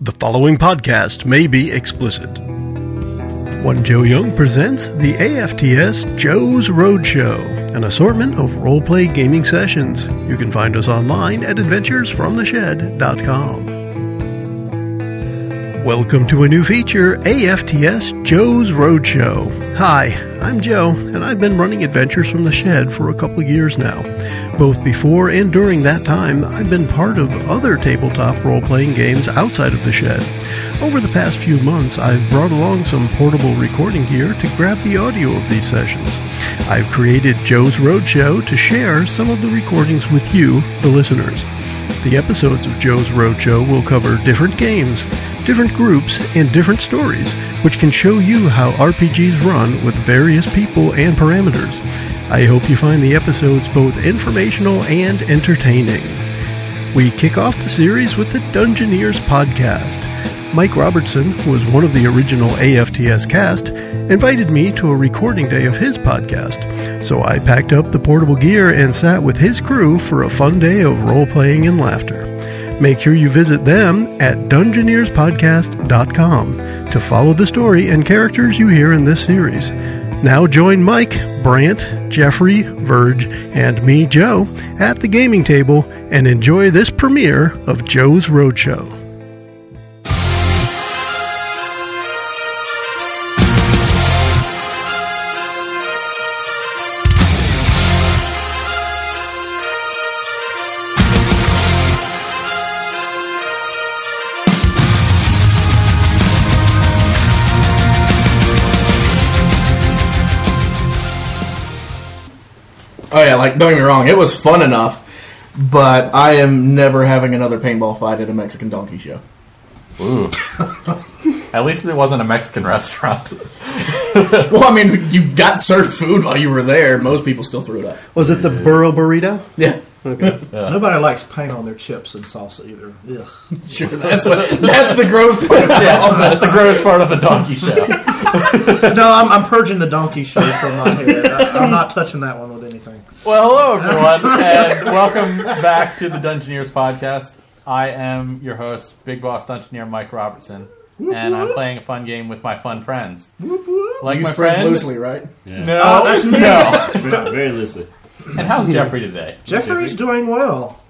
The following podcast may be explicit. One Joe Young presents the AFTS Joe's Roadshow, an assortment of role play gaming sessions. You can find us online at adventuresfromtheshed.com. Welcome to a new feature, AFTS Joe's Roadshow. Hi, I'm Joe, and I've been running Adventures from the Shed for a couple of years now. Both before and during that time, I've been part of other tabletop role playing games outside of the shed. Over the past few months, I've brought along some portable recording gear to grab the audio of these sessions. I've created Joe's Roadshow to share some of the recordings with you, the listeners. The episodes of Joe's Roadshow will cover different games, different groups, and different stories, which can show you how RPGs run with various people and parameters. I hope you find the episodes both informational and entertaining. We kick off the series with the Dungeoneers podcast. Mike Robertson, who was one of the original AFTS cast, invited me to a recording day of his podcast. So I packed up the portable gear and sat with his crew for a fun day of role playing and laughter. Make sure you visit them at dungeoneerspodcast.com to follow the story and characters you hear in this series. Now join Mike, Brant, Jeffrey, Verge, and me, Joe, at the gaming table and enjoy this premiere of Joe's Roadshow. Oh yeah, like don't get me wrong, it was fun enough, but I am never having another paintball fight at a Mexican donkey show. At least it wasn't a Mexican restaurant. Well, I mean, you got served food while you were there. Most people still threw it up. Was it the Burro Burrito? Yeah, Nobody likes paint on their chips and salsa either. Ugh. sure. That's what. That's the gross part. Of yes, yes. that's the gross part of the donkey show. No, I'm, I'm purging the donkey show from my head. I, I'm not touching that one with anything. Well, hello everyone, and welcome back to the Dungeoneers podcast. I am your host, Big Boss Dungeoneer Mike Robertson, and I'm playing a fun game with my fun friends. Like Use my friends friend, loosely, right? no, Oh, that's me. no. Very, very loosely. And how's Jeffrey today? Jeffrey's doing well,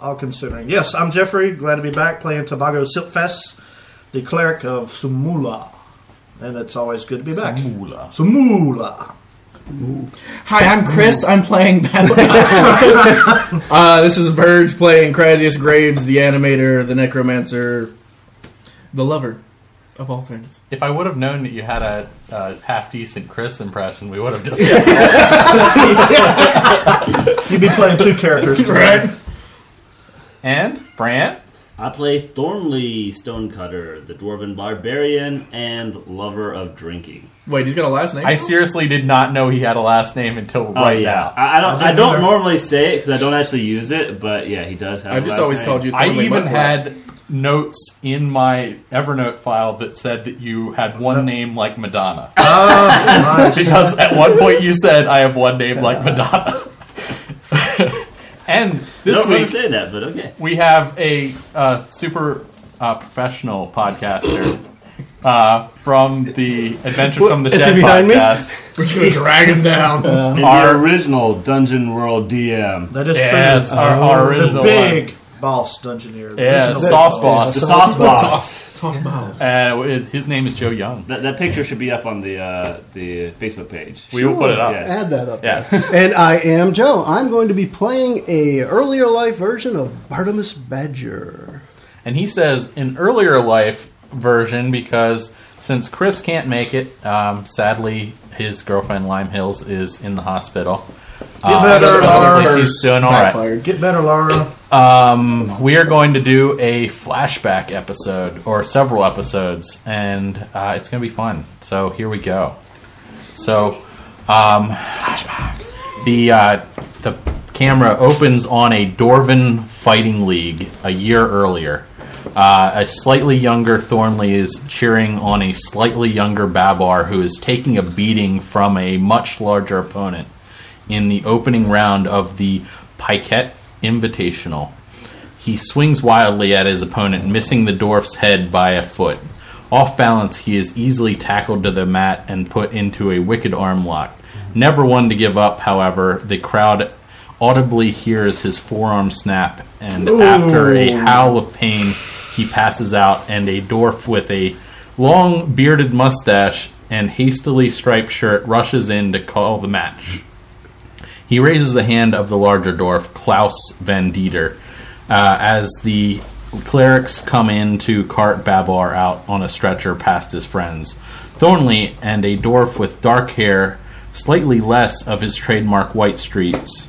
all considering. Yes, I'm Jeffrey. Glad to be back playing Tobago Silkfest, the cleric of Sumula. And it's always good to be back. Sumula. Sumula. Hi, I'm Chris. I'm playing Battle. uh, this is Verge playing Craziest Graves, the animator, the necromancer, the lover of all things. If I would have known that you had a, a half decent Chris impression, we would have just. You'd be playing two characters today. And Brant, I play Thornley Stonecutter, the dwarven barbarian and lover of drinking. Wait, he's got a last name. I seriously did not know he had a last name until right now. Oh, I, I don't. I I, don't remember. normally say it because I don't actually use it, but yeah, he does have. a last name. I even had notes in my Evernote file that said that you had one name like Madonna. Nice. because at one point you said, I have one name like Madonna. and I this don't really week say that, but okay. we have a uh, super uh, professional podcaster. Uh, from the Adventure from the Is he Shed behind me? podcast. We're just gonna drag him down. And Our- the original Dungeon World DM, That is Yes, true. Oh, our, our the original big one. boss dungeoneer. Yeah, Original Sauce the Boss. Sauce Boss. Talk about. Uh, his name is Joe Young. That, that picture should be up on the uh, the Facebook page. We will put it up. Yes. Add that up. Yes. And I am Joe. I'm going to be playing a earlier life version of Bartimus Badger. And he says an earlier life version because since Chris can't make it, um, sadly his girlfriend Lime Hills is in the hospital. Uh, Get better, so hopefully Lars. she's doing all right. Get better, Laura. Um, we are going to do a flashback episode or several episodes, and uh, it's going to be fun. So here we go. So, um, flashback. The uh, the camera opens on a Dorvan fighting league a year earlier. Uh, a slightly younger Thornley is cheering on a slightly younger Babar who is taking a beating from a much larger opponent in the opening round of the Piquette Invitational. He swings wildly at his opponent, missing the dwarf's head by a foot. Off balance, he is easily tackled to the mat and put into a wicked arm lock. Never one to give up, however, the crowd audibly hears his forearm snap, and after a howl of pain, he passes out, and a dwarf with a long bearded mustache and hastily striped shirt rushes in to call the match. He raises the hand of the larger dwarf, Klaus Van Dieter, uh, as the clerics come in to cart Babar out on a stretcher past his friends. Thornley and a dwarf with dark hair, slightly less of his trademark white streaks,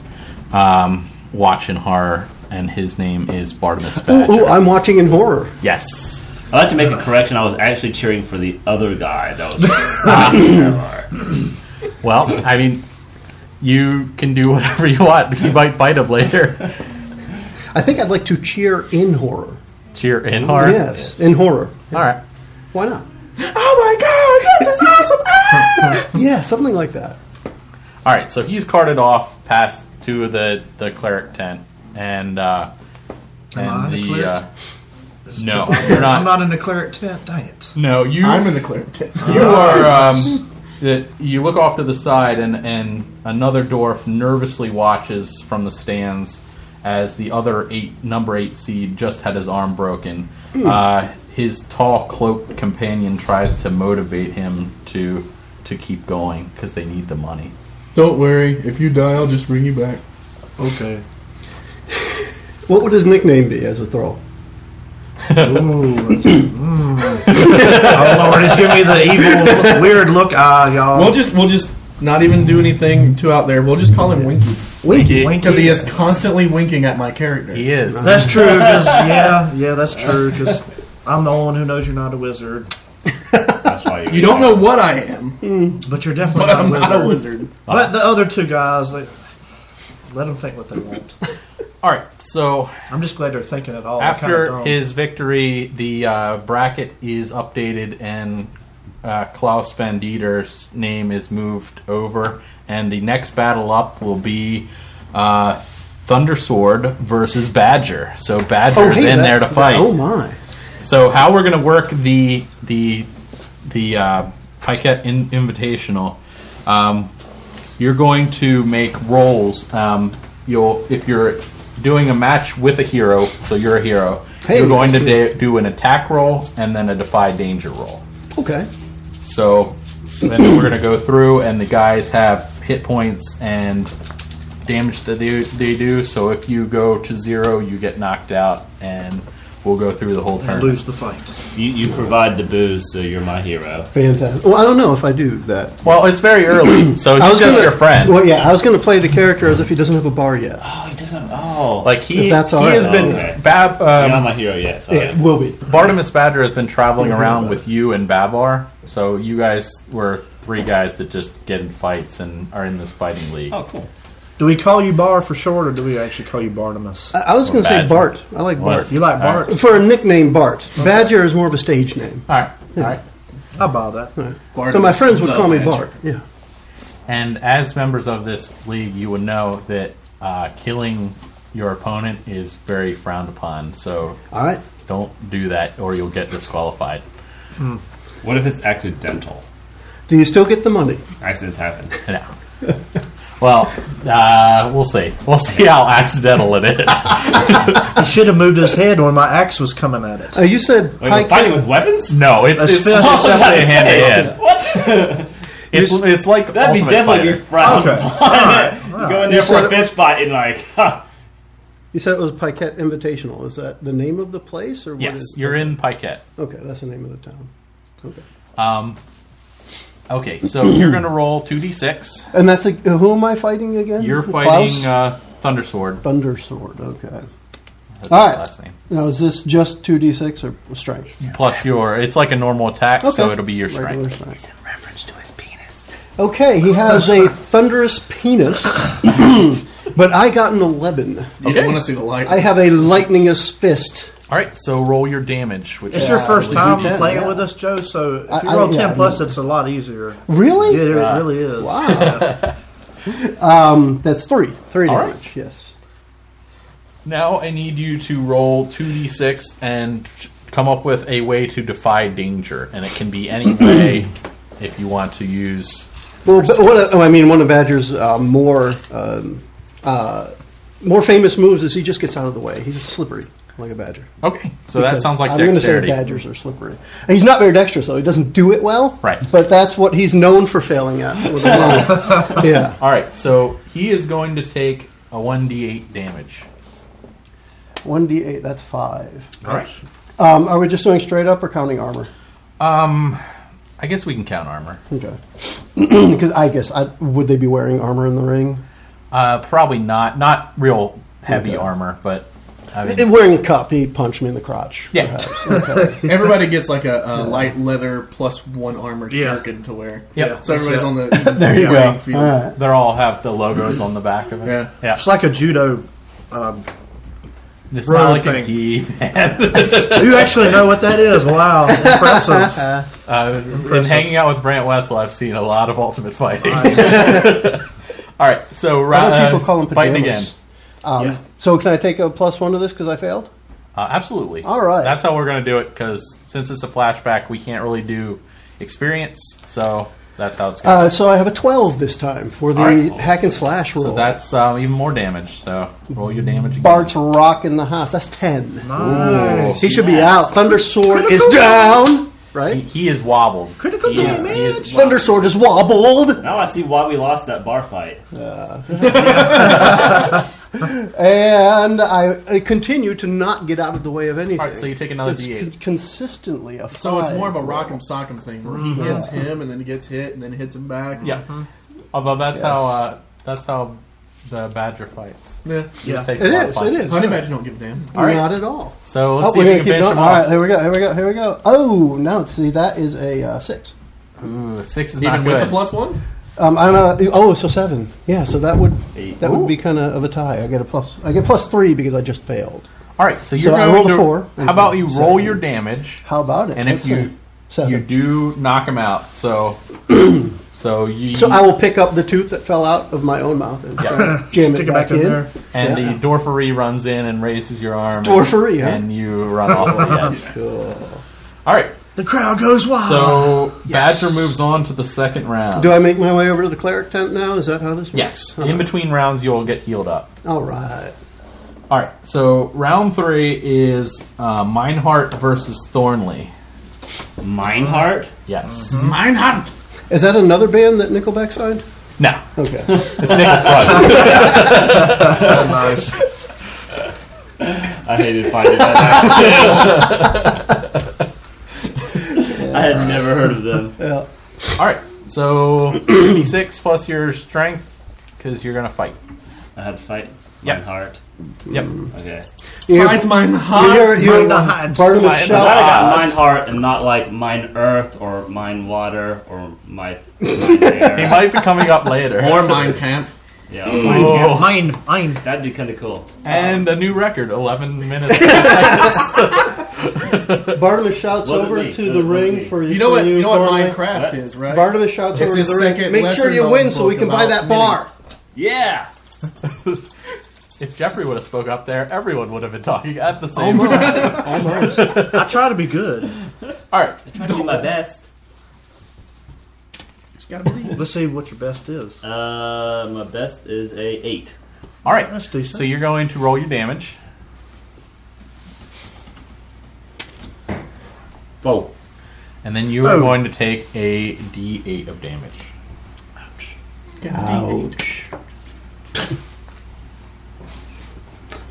um, watch in horror, and his name is Bartimus Badger. Ooh, I'm watching in horror. Yes. I'd like to make a correction. I was actually cheering for the other guy that was not Babar. Well, I mean, you can do whatever you want because you might bite him later. I think I'd like to cheer in horror. Cheer in hard. Yes, in horror. All right. Why not? Oh my god, this is awesome! Hmm. Yeah, something like that. All right. So he's carted off past two of the the cleric tent, and uh, and I the the cleric? uh, no, you're not. I'm not in the cleric tent. Dang it. No, you I'm in the clear. you are. Um, the, you look off to the side, and and another dwarf nervously watches from the stands as the other eight number eight seed just had his arm broken. Hmm. Uh, his tall cloaked companion tries to motivate him to to keep going because they need the money. Don't worry, if you die, I'll just bring you back. Okay. What would his nickname be as a thrall? Ooh. that's- mm. oh Lord, he's giving me the evil, weird look eye, y'all. We'll just we'll just not even do anything too out there. We'll just call him Winky Winky. Winky. because he is constantly winking at my character. is. That's true. 'cause- yeah, yeah, that's true. Because I'm the only one who knows you're not a wizard, That's why you. You don't know what I am, but you're but definitely not, I'm a wizard. not a wizard. But the other two guys, they, let them think what they want. All right. So I'm just glad they're thinking at all. They're kinda after dumb. his victory, the uh, bracket is updated, and uh, Klaus Van Dieter's name is moved over. And the next battle up will be uh, Thunder Sword versus Badger. So Badger's hey, in that- there to fight. Oh my! So how we're going to work the the the uh, Piquette in- Invitational? Um, you're going to make rolls. Um, you'll if you're doing a match with a hero, so you're a hero. Hey. you're going to da- do an attack roll and then a defy danger roll. Okay. So then we're going to go through, and the guys have hit points and damage that they, they do. So if you go to zero, you get knocked out, and we'll go through the whole turn. lose the fight. You, you provide the booze, so you're my hero. Fantastic. Well, I don't know if I do that. Well, it's very early, so he's just gonna, your friend. Well, yeah, I was going to play the character as if he doesn't have a bar yet. Oh, he doesn't. Oh, Like he, If that's all he right. has been Okay. Bab, you're not um, my hero yet. Sorry. It will be. Bartimus Badger has been traveling around with you and Babar. So you guys were three guys that just get in fights and are in this fighting league. Oh, cool. Do we call you Bar for short, or do we actually call you Barnabas? I, I was going to say Badger. Bart. I like What? Bart. You like All right. Bart? For a nickname, Bart. Badger is more of a stage name. All right, all right. I buy that. So my friends would call me Bart. Yeah. And as members of this league, you would know that uh, killing your opponent is very frowned upon. So All right. don't do that, or you'll get disqualified. What if it's accidental? Do you still get the money? Accidents happen. No. Well, uh, we'll see. We'll see how accidental it is. He should have moved his head when my axe was coming at it. Uh, you said Wait, we're Pike. fighting with weapons? No, it's That's it's fair. not That's hand to hand. What? It's You're- it's like That'd be Ultimate definitely be Fighter. frowned Okay. upon. You go in there You for said a it- fist fight and like, ha. You said it was Piquette Invitational. Is that the name of the place, or what Yes, is- you're in Piquette. Okay, that's the name of the town. Okay, Okay, so you're gonna roll two d six. and that's a, who am I fighting again? You're Klaus? fighting uh, Thundersword. Thunder Sword. Okay. That's All his right. last name. Now is this just two d six or strength? Plus your, it's like a normal attack, so Okay. it'll be your Regular strength. strength. Okay, he has a thunderous penis, but I got an eleven. You Okay. want to see the light? I have a lightningous fist. All right, so roll your damage. Which It's is your first probably time ten, playing yeah. with us, Joe. So if I- you I- roll yeah, ten I plus, mean- it's a lot easier. Really? Yeah, it really is. Wow. That's three. Three All damage. Yes. Now I need you to roll 2d6 and come up with a way to defy danger. And it can be any way if you want to use. Well, but one of, oh, I mean, one of Badger's uh, more um, uh, more famous moves is he just gets out of the way. He's slippery like a badger. Okay, so that Because sounds like I'm gonna dexterity. say badgers are slippery. And He's not very dexterous, though. He doesn't do it well. Right. But that's what he's known for failing at. With a lot. yeah. All right, so he is going to take a 1d8 damage. One d eight. That's five. All right. Um, are we just doing straight up or counting armor? Um, I guess we can count armor. Okay. Because I guess I, would they be wearing armor in the ring? Uh, probably not. Not real heavy Okay. armor, but I mean, Eh, Wearing a cup, he punched me in the crotch. Yeah. perhaps. Okay. Everybody gets like a, a light leather plus one armor Yeah. jerkin to wear. Yep. So everybody's on the there you playing go. field. All right. they all have the logos on the back of it. Yeah. yeah. It's like a judo. It's Road not like a thing. gi, man. You actually know what that is. Wow, impressive. Uh, in hanging out with Brant Wetzel, I've seen a lot of Ultimate Fighting. all right, so Why round. don't people call them fight pajamas? again. Um, Yeah. So can I take a plus one to this because I failed? Uh, absolutely. All right. That's how we're going to do it because since it's a flashback, we can't really do experience. So that's how it's going. Uh, so I have a twelve this time for the All right. hack and slash roll. so that's um, even more damage. So roll your damage. Again. Bart's rock in the house. That's ten. Nice. He should be out. Thunder Sword is down, He, right? he is wobbled. Critical He is- damage. he is- Thunder Sword is wobbled, Now I see why we lost that bar fight. and I, I continue to not get out of the way of anything. All right, so you take another It's D8. con- consistently a five. So it's more of a rock 'em sock 'em thing where he hits him and then he gets hit and then hits him back. Yeah. Uh-huh. Although that's Yes. how uh, that's how the badger fights. Yeah. He just Yeah. takes a It lot of is. It punches. is. Honey Badger don't give a damn. All right. Not at all. So let's oh, see if we we're gonna can keep finish going. him All right, off. here we go. Here we go. Here we go. Oh no! See, that is a uh, six. Ooh, six is Even not with good. the plus one? Um, I don't know. Oh, so seven. Yeah, so that would Eight. that would be kind of of a tie. I get a plus. I get plus three because I just failed. All right. So you're I going rolled a to four. How about you roll Seven. your damage? How about it? And if Let's you- see. seven, You do knock him out. So so you so I will pick up the tooth that fell out of my own mouth and try and jam Stick it back, in. there. and yeah. the dwarfery runs in and raises your arm. and- Dwarfery, huh? and you run off the edge. Cool. All right. The crowd goes wild. So Badger moves on to the second round. Ah, Do I make my way over to the cleric tent now? Is that how this works? yes. All In right. between rounds, you'll get healed up. All right. All right, so round three is uh, Meinhardt versus Thornley. Meinhardt? Yes. Meinhardt! Is that another band that Nickelback signed? No, Okay. it's Nickel Fudge. nice. I hated finding that out. too. I had never heard of them. All right, so d6 plus your strength because you're gonna fight. I had to fight Yeah. Meinhardt. Yep. Mm. Okay. You- Fight mine you hot. hear- you hear my God. Barnabas I'm glad I shout. got Meinhardt and not like Mine Earth or Mine Water or my. Mine He Air. might be coming up later. Or mine camp. yeah, or Mine Camp. Mine, mine. That'd be kind of cool. and a new record, 11 minutes. and seconds. Barnabas shouts Wasn't over me. to the Wasn't ring me. for You know for what you know what Thornley. Minecraft What? is, right? Barnabas shouts It's over his to the ring. second Make sure you lesser-known win so we book can buy about that mini- bar. Yeah! if Jeffrey would have spoke up there, everyone would have been talking at the same Oh, time. Almost. I try to be good. All right, I tried to do my best. Let's see what your best is. Uh, my best is a 8. all right. That's decent. So you're going to roll your damage. Whoa. And then you are Oh. going to take a d8 of damage. Ouch.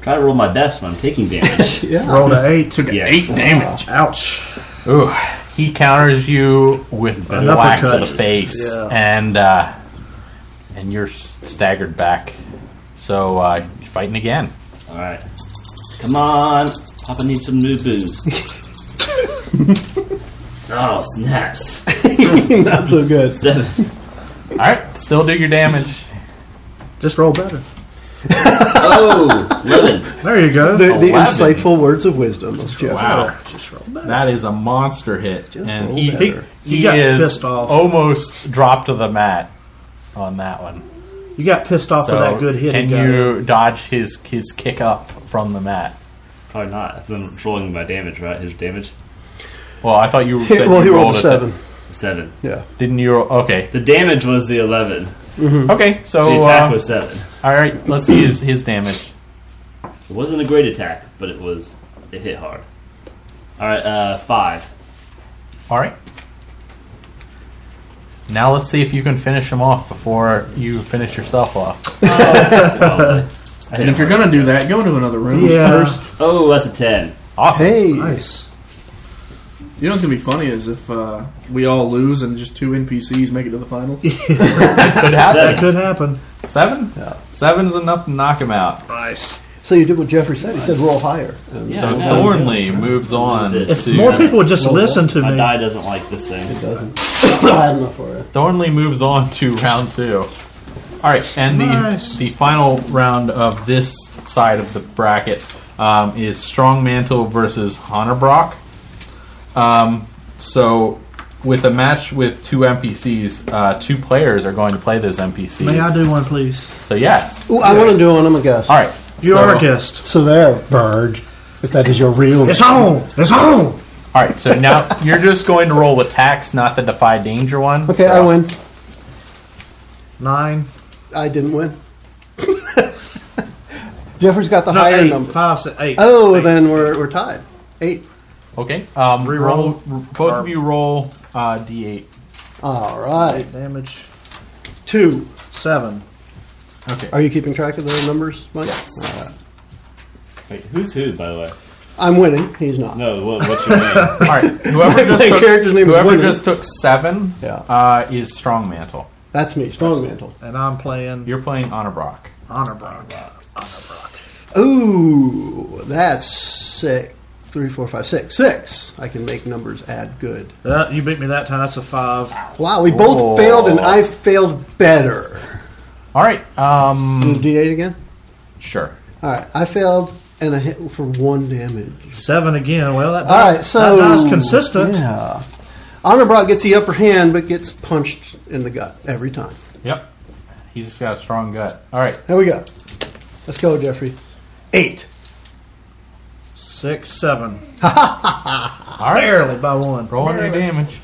Try to roll my best when I'm taking damage. Yeah. Rolled an eight. Took yes. damage. Ouch. Ooh, he counters you with a An whack to the uppercut. face, Yeah. and uh, and you're s- staggered back. So uh, you're fighting again. Alright. Come on! Papa needs some new booze. oh, snaps. Not so good. Seven. All right, still do your damage. Just roll better. Oh, 11. There you go. The, the Aladdin. insightful words of wisdom of Jeff. Wow, Just roll better. that is a monster hit, and roll he better. he You got is pissed off. almost dropped to the mat on that one. You got pissed off so with that good hit. can he got. you dodge his his kick up from the mat? Probably not. If I'm rolling my damage, right? His damage? Well, I thought you He- said well, he you rolled a at seven. Seven. Yeah. The, didn't you? Roll, okay, The damage was the 11. okay. So The attack uh, was 7. all right. Let's see his his damage. It wasn't a great attack, but it was. It hit hard. Alright, uh, 5. All right. Now let's see if you can finish him off before you finish yourself off. Well, I hit And if him. you're gonna do that, go into another room Yeah. first. Oh, that's a 10. Awesome. Hey. Nice. You know what's gonna be funny is if uh, we all lose and just two NPCs make it to the finals. Could happen. That could happen. Seven? Yeah. Seven's enough to knock him out. Nice. So you did what Jeffrey said. He said roll higher. And Yeah, So I know. Thornley moves on If to More people would just Well, listen to My me. die doesn't like this thing. It doesn't. Bad enough for it. Thornley moves on to round two. All right, and the Nice. the final round of this side of the bracket um, is Strong Mantle versus Honorbrock. Um, so, with a match with two NPCs, uh, two players are going to play those NPCs. May I do one, please? So yes. Ooh, I want to do one. I'm a guest. All right. You so- are a guest. So there, bird. If that is your real It's on. It's on. All right. So now you're just going to roll attacks, not the defy danger one. Okay, I So- win. Nine. I didn't win. Jeffrey's got the No, higher eight. number. Five, six, eight. Oh, Eight. then we're, we're tied. Eight. Okay. Um, Reroll. roll. Both of you roll uh, d8. All right. damage. Two. Seven. Are you keeping track of the numbers, Mike? All right. Wait, who's who, by the way? I'm winning. He's not. No, what, what's your name? All right. Whoever just my took, character's name is whoever Winnie. just took seven Yeah. uh, is Strong Mantle. That's me. Strong mantle. And I'm playing You're playing Honorbrock. Honor Brock. Ooh, that's six. Three, four, five, six. Six. I can make numbers add good. Uh, you beat me that time. That's a five. Wow, we both Oh. failed, and I failed better. All right. Um, D8 again. sure. All right, I failed, and I hit for one damage. Seven again. Well, that, All right, so that die's consistent. Yeah, Honorbrock gets the upper hand, but gets punched in the gut every time. Yep. He's just got a strong gut. All right. There we go. Let's go, Jeffrey. Eight. Six, seven. All right. Barely by one. Roll your damage.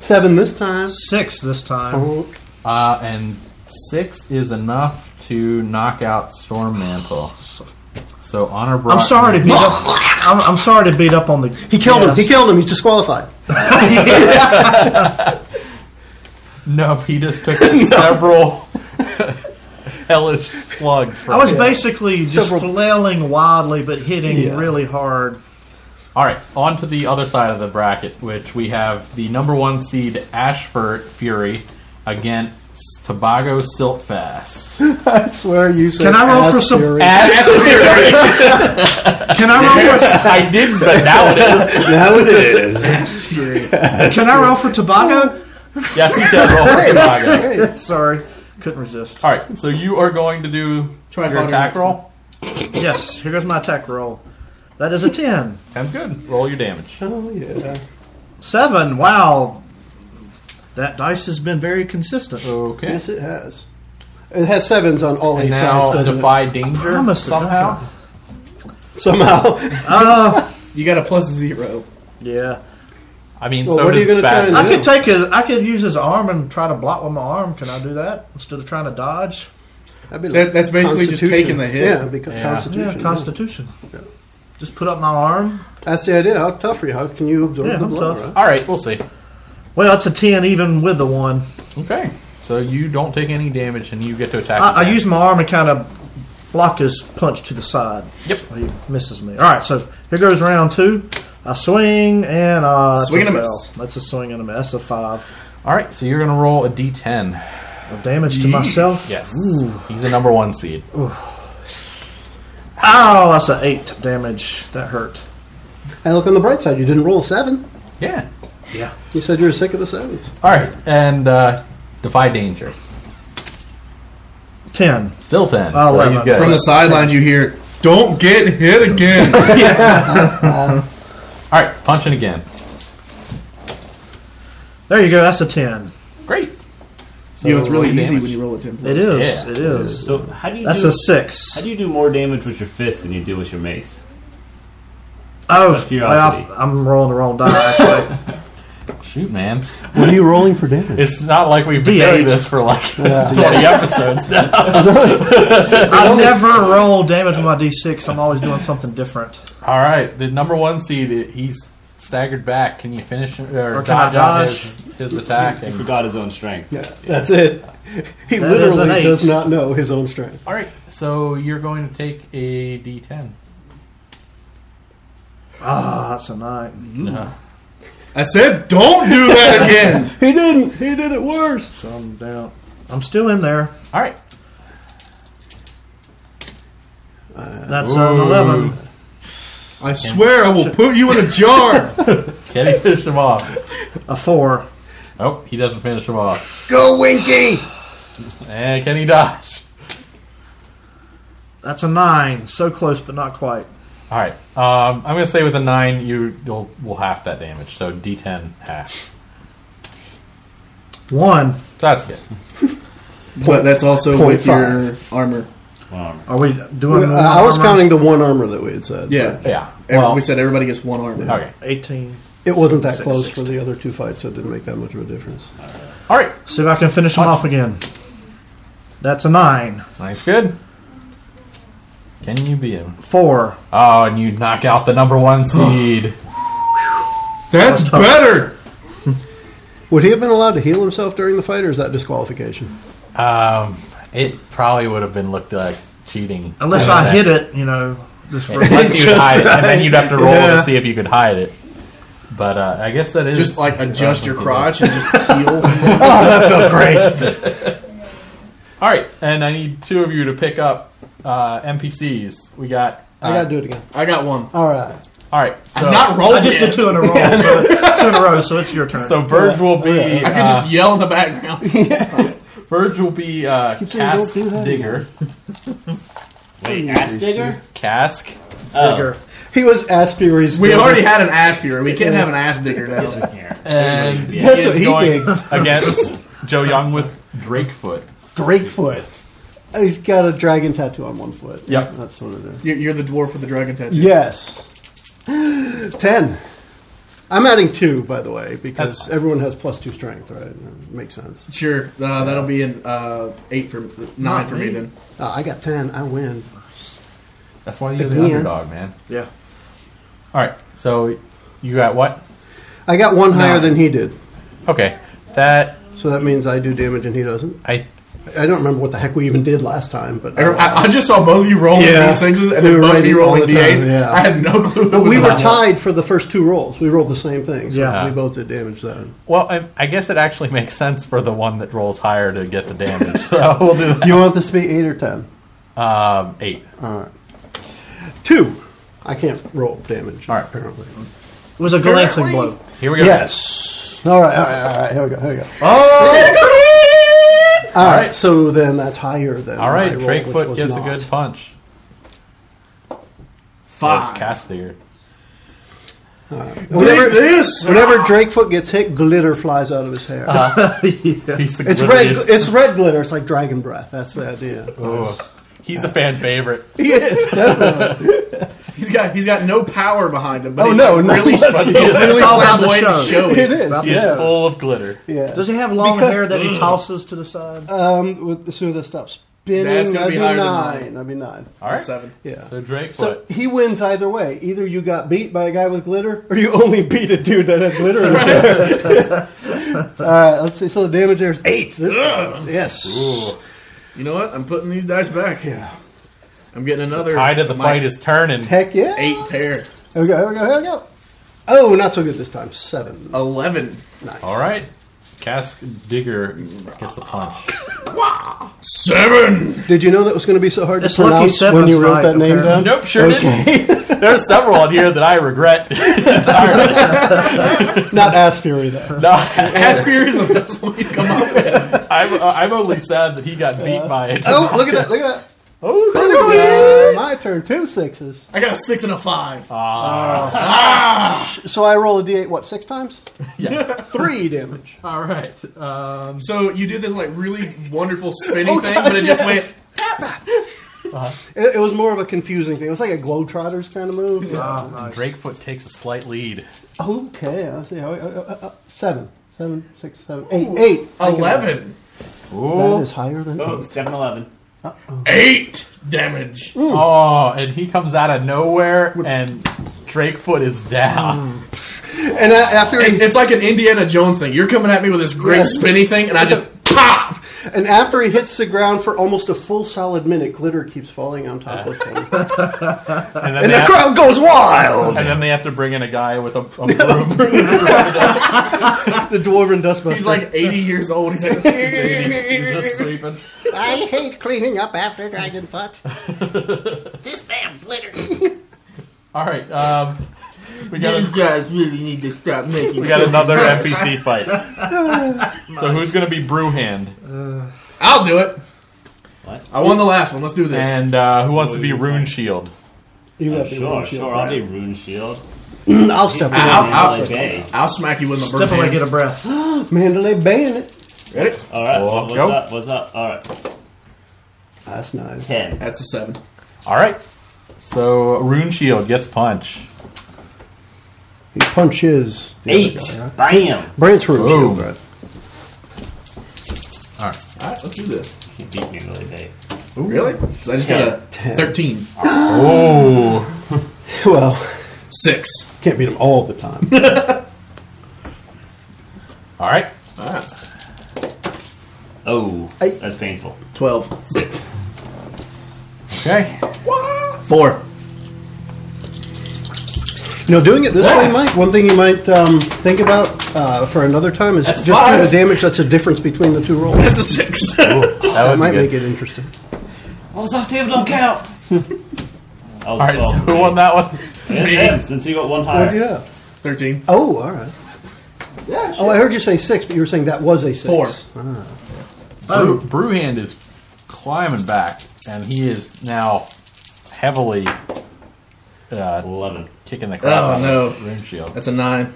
Seven this time. Six this time. Bonk. Uh, and six is enough to knock out Storm Mantle. So Honorbrock. I'm sorry to beat up. I'm, I'm sorry to beat up on the. He killed him. He killed him. He's disqualified. No, he just took several hellish slugs. From I was it. basically just Several- flailing wildly, but hitting Yeah. really hard. All right, on to the other side of the bracket, which we have the number one seed Ashford Fury against Tobago Siltfast. I swear you said. Can I roll for ass some theory. Can I roll for? I did, but now it is. Now it is. Can I roll for Tobago? Yes, you did roll for Tobago. Sorry, couldn't resist. All right, so you are going to do Try your harder attack next roll. Yes, here goes my attack roll. That is a ten. Sounds good. Roll your damage. Oh yeah. Seven. Wow. That dice has been very consistent. Okay. Yes, it has. It has sevens on all and eight now sides, doesn't defy danger promise it somehow. it? Somehow. You got a plus zero. Yeah. I mean, Well, so what are you does gonna try Bat- and I could take his. I could use his arm and try to block with my arm. Can I do that instead of trying to dodge? That'd be That- that's basically just Constitution. taking the hit. Yeah, because Yeah. Constitution. Yeah, yeah. Constitution. Just put up my arm. That's the idea. How tough are you? How can you absorb Yeah, the I'm blood? tough. right? All right, we'll see. Well, it's a ten even with the one. Okay, so you don't take any damage, and you get to attack. Uh, I, I again. use my arm and kind of block his punch to the side. Yep. He misses me. All right, so here goes round two. I swing and uh, it's Swing and a fail. miss. That's a swing and a miss. That's a five All right, so you're going to roll a d10. of damage to myself. Yes. He's a number one seed. Oh, that's an eight damage. That hurt. And look on the bright side. You didn't roll a seven. Yeah. Yeah. You said you were sick of the sevens. All right, and uh, defy danger. Ten. Still ten. Oh, so wait, he's wait, good. wait. From the sidelines, you hear, "Don't get hit again." All right, punching again. There you go. That's a ten. Great. So You know, it's really roll easy damage. when you roll at ten. It is. Yeah. It is. So how do you That's do, a six. how do you do more damage with your fist than you do with your mace? Oh, Out of curiosity. well, I'm rolling the wrong die. Actually, Shoot, man. What are you rolling for damage? It's not like we've been D8. doing this for like Yeah. 20 episodes now. I never roll damage with my d6. I'm always doing something different. All right, the number one seed, he's staggered back. Can you finish him- or, Or can I dodge, out dodge? His, his attack? He And, forgot his own strength. Yeah, that's it. He That is an literally eight. does not know his own strength. all right, so you're going to take a D10. Ah, that's a nine. I said, don't do that again. He didn't. He did it worse. So I'm down. I'm still in there. All right, That's an eleven. I swear I will put you in a jar. can he finish him off? A four. Oh, he doesn't finish him off. Go, Winky! And can he dodge? That's a nine. So close, but not quite. All right, um, I'm going to say with a nine, you you'll will half that damage. So D10 half. So One. that's good. but that's also Point with your five. armor. Wow. Are we doing? Well, one I was armor? counting the one armor that we had said. Yeah. Yeah. Every- Well, we said everybody gets one armor. okay. eighteen. It wasn't that Six, close six. for the other two fights, so it didn't make that much of a difference. All right. See if I can finish him off again. That's a nine. Nice. Good. Can you beat him? Four. Oh, and you knock out the number one seed. That's better. Would he have been allowed to heal himself during the fight, or is that disqualification? Um, it probably would have been looked like cheating. Unless I hit it, you know. This Unless you would hide it, and then you'd have to roll Yeah. to see if you could hide it. But uh, I guess that is Just like adjust your Okay. crotch and just heal. All right, and I need two of you to pick up uh, NPCs. We got. I Uh, gotta do it again. I got one. All right. all right, so I'm not rolling. I just did yet. two in a row. So, two in a row. So it's your turn. so Verge will be. I can uh, just yell in the background. Verge will be uh, Keep saying Cask don't do that Digger. Wait, ass digger? Cask. Oh. Bigger. He was ass Fury's. We already had an ass fever. We can't have an ass digger now. And he That's is what he going digs. against Joe Young with Drakefoot. Drakefoot. He's got a dragon tattoo on one foot. Yep. That's what it is. You're, you're the dwarf with the dragon tattoo. Yes. Ten. I'm adding two, by the way, because That's everyone has plus two strength, right? It makes sense. Sure. Uh, that'll be an uh, eight for nine Not for me me. then. Uh, I got ten. I win. That's why you're the Again. underdog, man. Yeah. All right, so you got what? I got one higher than he did, Okay, that so that means I do damage and he doesn't. I I don't remember what the heck we even did last time, but I, I- I just saw both of you rolling Yeah. d6s and We then were both of you writing all rolling the time, d8s. yeah. I had no clue. But we were tied for the first two rolls. We rolled the same thing, so Yeah. we both did damage then. well, I, I guess it actually makes sense for the one that rolls higher to get the damage. So we'll do Do you want this to be eight or ten? that. Um, eight. Two. I can't roll damage. All right. apparently. It was a glancing blow. Here we go. Yes. All right, all right, all right. Here we go. Here we go. Oh! all right. So then that's higher than All right, my roll, which Drakefoot was gives a not. good punch. Five. Cast there. Take Whenever, this. whenever Drakefoot gets hit, glitter flies out of his hair. Ah. He's the it's red. glitteriest- It's red glitter. It's like dragon breath. That's the idea. Oh. He's a fan favorite. yes. Definitely. He's got he's got no power behind him. But Oh he's no! like Not really, whatsoever. really It's all about the flamboyant and show. showy. It is. He's Yeah. full of glitter. yeah. Does he have long hair that he tosses to the side? Um, with, as soon as I stop spinning, That's gonna I'd be be, higher than nine. I'd be nine. All right. Seven. Yeah. So Drakefoot. So he wins either way. Either you got beat by a guy with glitter, or you only beat a dude that had glitter in his hair. All right, let's see. So the damage there is eight. This time. Yes. You know what? I'm putting these dice back. Yeah. I'm getting another. Tide of the my fight is turning. Heck yeah. eight pair. Here we go. Here we go. Here we go. Oh, not so good this time. Seven. Eleven. Nice. All right. Cask Digger gets a punch. Seven. Did you know that was going to be so hard It's to lucky pronounce seven's when you wrote right, that name apparently. down? Nope, sure Okay. didn't. There's several on here that I regret entirely. not Ass Fury though. No, Oh. Asphere is the best one you come up with. I'm, uh, I'm only sad that he got beat by it. Oh, look at that! Look at that! Oh, Ooh, yeah, my turn. Two sixes. I got a six and a five. So I roll a d8, what, six times? Yes. Three damage. All right. Um, So you did this like really wonderful spinny Oh, thing, God, but it just yes. went. It, it was more of a confusing thing. It was like a Globetrotters kind of move. Drakefoot takes a slight lead. Oh, Okay, let's see. how- uh, uh, uh, Seven. Seven, six, seven, eight, eight. Thank you. Eleven. That is higher than Oh, 7 Eleven. Eight damage. Oh, and he comes out of nowhere, and Drakefoot is down. And I, after he, And it's like an Indiana Jones thing. You're coming at me with this great Yeah. spinny thing, and I Hmm. just pop. and after he hits the ground for almost a full solid minute, glitter keeps falling on top of him, And then, and they the have, crowd goes wild. and then they have to bring in a guy with a, a broom. The dwarven dustbuster. He's like 80 years old. He's like, He's just sweeping. I hate cleaning up after Dragonfoot. All right. Um, we got you a, guys really need to stop making. we got another NPC fight. So who's gonna be Brewhand? I'll do it. What? I won the last one. Let's do this. And uh, who wants to be Rune Shield? You Oh, have to roll sure, a shield, sure. I'll do Rune Shield. right? I'll step in. I'll- I'll- Mandalay Bay. I'll smack you with my bird. Step away, hand. get a breath. Mandalay bayonet. Ready? All right. Oh, what's go. up? What's up? All right. That's nice. 10. That's a seven. All right. So Rune Shield gets punch. He punches. the other 8. guy, right? Bam. Brant's room Boom. shield. right? All right, let's do this. He beat Mandalay Bay. Really? Because I just got a 13. Oh, Well, Six. can't beat him all the time. all right. Oh, Eight. that's painful. Twelve. 6. Okay. Four. No, doing it this way, Mike. One thing you might um, think about uh, for another time is That's just kind five. of damage. That's the difference between the two rolls. That's a six. That That would might be make good. it interesting. All soft tails don't count. All All right. So who won that one? It's him, since he got one higher. What'd you have? Thirteen. Oh, all right. Yeah. Oh, I heard you say six, but you were saying that was a six. Four. Oh. Brew, Brewhand is climbing back, and he is now heavily uh, 11. kicking the crap Oh, out no. of Rune Shield. That's a nine.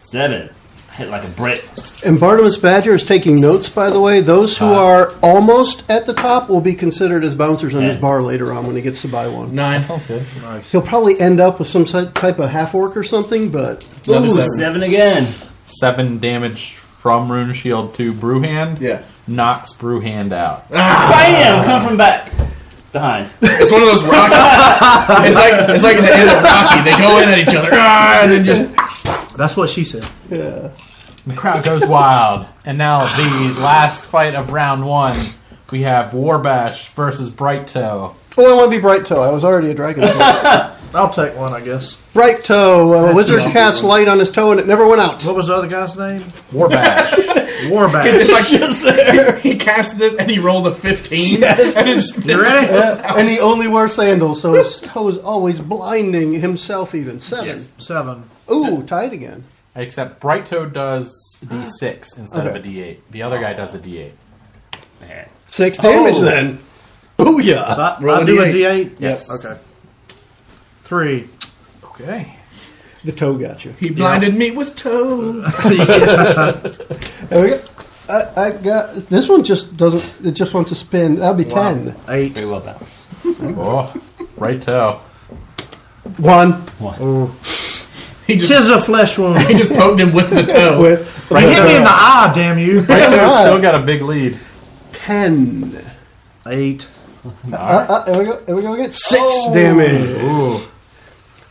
7. I hit like a brick. And Barnabas Badger is taking notes, by the way. Those who are almost at the top will be considered as bouncers on his Yeah. bar later on when he gets to buy one. Nine. Sounds good. He'll probably end up with some si- type of half orc or something, but Another Ooh, seven. seven again. Seven damage from Rune Shield to Brewhand. Yeah. Knocks Brewhand out. Bam! Come from back. Behind. It's one of those Rocky. it's like it's like the end of Rocky. They go in at each other, ah, and then just That's what she said. The crowd goes wild. And now the last fight of round one. We have Warbash versus Bright Toe. oh, I want to be Bright Toe. I was already a dragon. I'll take one, I guess. Bright Toe. Uh, wizard cast light on his toe and it never went out. What was the other guy's name? Warbash. Warback. it's like He casted it and he rolled a fifteen. And it just You ready? Yeah, and he only wore sandals, so his toe is always blinding himself. Even seven. Seven. Ooh, tied again. Except Bright Toe does D6 instead of a D8. The other guy does a D8. Man. Six damage then. So Oh. Booyah! I, Roll I a do D8. a D8? Yes. Okay. Three. Okay. The toe got you. he blinded me with toe. There we go. I, I got this one. Just doesn't. It just wants to spin. That'll be ten. Eight. Very well balanced. Oh, Bright Toe. One He just Tis a flesh wound. he just poked him with the toe. with Right hit me in the eye, damn you. Bright Toe's Alright. still got a big lead. ten. Eight. Uh, uh, there we go. There we go again. Six damage. Ooh.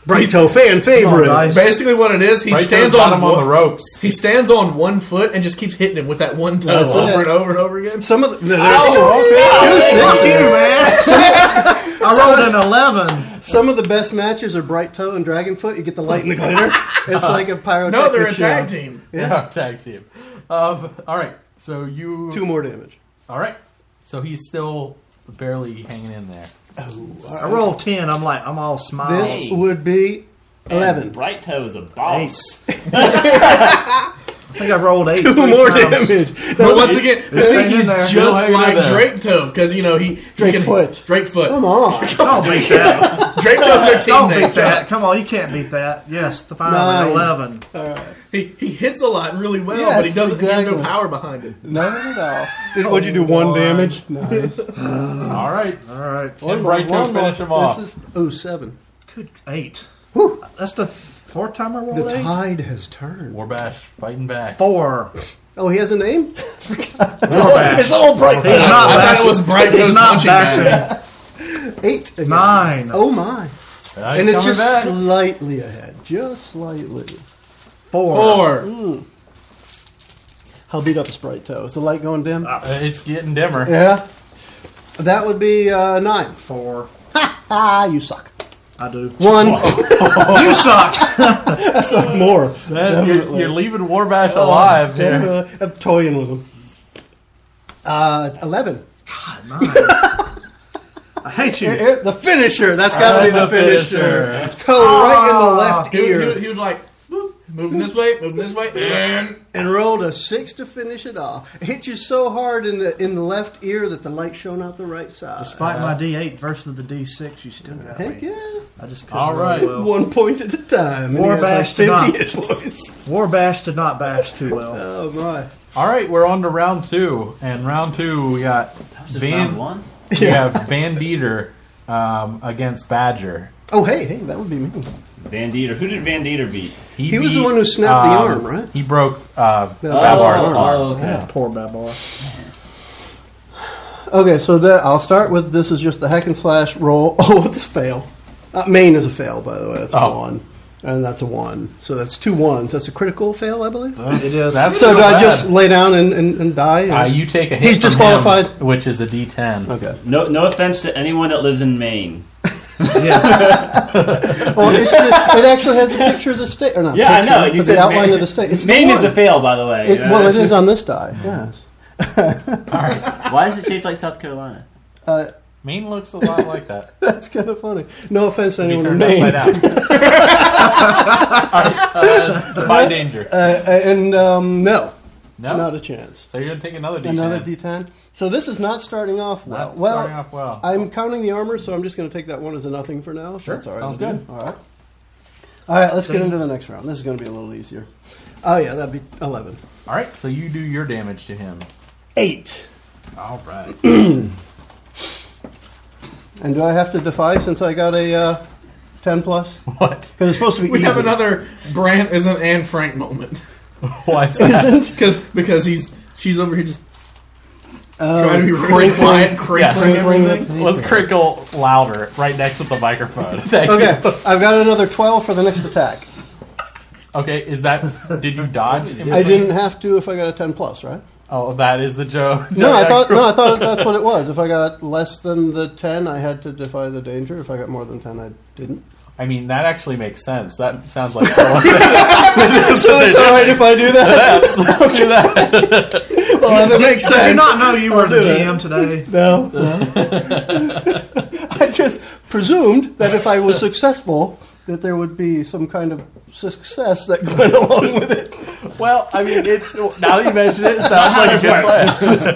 Brighto fan favorite. Nice. Basically, what it is, he Bright stands Toe got on, him on one- the ropes. He stands on one foot and just keeps hitting him with that one toe That's over it. and over and over again. Some of the, Oh, okay. Fuck you, man. I rolled an 11. some of the best matches are Bright Toe and Dragonfoot. You get the light and the glitter. It's like a pyrotechnic No, they're a show. tag team. Yeah, tag team. Um, all right. So you. Two more damage. All right. So he's still barely hanging in there. I rolled 10. I'm like, I'm all This smiles. Hey. would be And eleven. Bright Toe is a boss. I think I rolled eight. Two three more times. damage. But once again, It's see, hanging he's there. just It's hanging like there. Drake Toe because you know he, he Drake can- Foot. Drake Foot. Come on. Don't beat that. Drake Toe's their Don't beat teammate. that. Come on, you can't beat that. Yes, the final Nine. eleven. He, he hits a lot really well, Yes, but he doesn't. He has exactly. no power behind it. None at all. Did, would you do one damage? Nice. All right. All right, Did Bright Hmm. One Coat more. finish him off? This is oh seven. good eight. That's the fourth time I rolled The eight. tide has turned. Warbash fighting back. Four. Oh, he has a name. It's all bright. He's not I thought bashing. it was Bright He's Toe's not punching bashing. bag. Eight. Again. Nine. Oh my. Nice And it's coming just back. slightly ahead. Just slightly. Four. Four. How beat up is Bright Toe? Is the light going dim? Uh, it's getting dimmer. Yeah. That would be uh, nine. Four. Ah, you suck. I do. One. You suck. That's not more. That- you're, Definitely. Oh, you're leaving Warbash alive there. Definitely. I'm toying with him. Uh, eleven. I hate you. Eh, The finisher. That's got to be the the finisher. Ah. finisher. Toe right in the left He, ear. he, he was like boop, moving this way, moving this way, and and rolled a six to finish it off. It hit you so hard in the in the left ear that the light shone out the right side. Despite my D8 versus the D6, you still got Heck me. yeah! I just couldn't All roll right. well. One point at a time. War and he bash has to like knock. 50 points. Warbash did not bash too well. Oh my! All right, we're on to round two, and round two we got Just Van. round one. We have Van Beater um, against Badger. Oh hey hey, that would be me. Van Dieter. Who did Van Dieter beat? He was the one who snapped the arm, right? um, He broke uh, Yeah, Babar's oh, arm. okay. Poor Babar. Okay, so that I'll start with this is just the hack and slash roll. Oh, this fail. Uh, main is a fail, by the way. That's a Oh. one, and that's a one. So that's two ones. That's a critical fail, I believe. It is. That's so real do I bad. just lay down and, and, and die? Uh, you take a hit. He's from disqualified. him, which is a D10. okay. No, no offense to anyone that lives in Maine. Well, it's the, it actually has a picture of the state, or not? Yeah, picture, I know. You but said the outline Maine, of the state. It's the Maine is one. a fail, by the way. It, You know, well, it it's- is on this die. Yes. Why is it shaped like South Carolina? Uh, Maine looks a lot like that. that's kind of funny. No offense to He anyone in turned Maine. upside down. All right, uh, defy danger. Uh, and um, no, No. not a chance. so you're gonna take another D10. Another D10. So this is not starting off well. Not well, starting off well. I'm counting the armor, so I'm just going to take that one as a nothing for now. if Sure, that's all right sounds with you. good. All right. All right, let's get into the next round. This is going to be a little easier. Oh yeah, that'd be eleven. All right, so you do your damage to him. Eight. All right. And do I have to defy since I got a uh, ten plus? What? Because it's supposed to be. we have easy. another Brant isn't Anne Frank moment Why is that? because because he's she's over here just Um, trying to be really quiet, crinkling Yes. everything. Let's crinkle louder right next to the microphone. Thank Okay, you. I've got another twelve for the next attack. Okay, is that did you dodge? him? I didn't have to if I got a ten plus, right? Oh, that is the Joe. No, I thought no, I thought that's what it was. If I got less than the ten, I had to defy the danger. If I got more than ten, I didn't. I mean, that actually makes sense. That sounds like someone. That's So what they it's did. all right if I do that. Yes, let's do that. Well, if it makes Did you sense. not know you were the do it. GM today? No, no. I just presumed that if I was successful, that there would be some kind of success that went along with it. Well, I mean, it, now that you mention it, it sounds like a good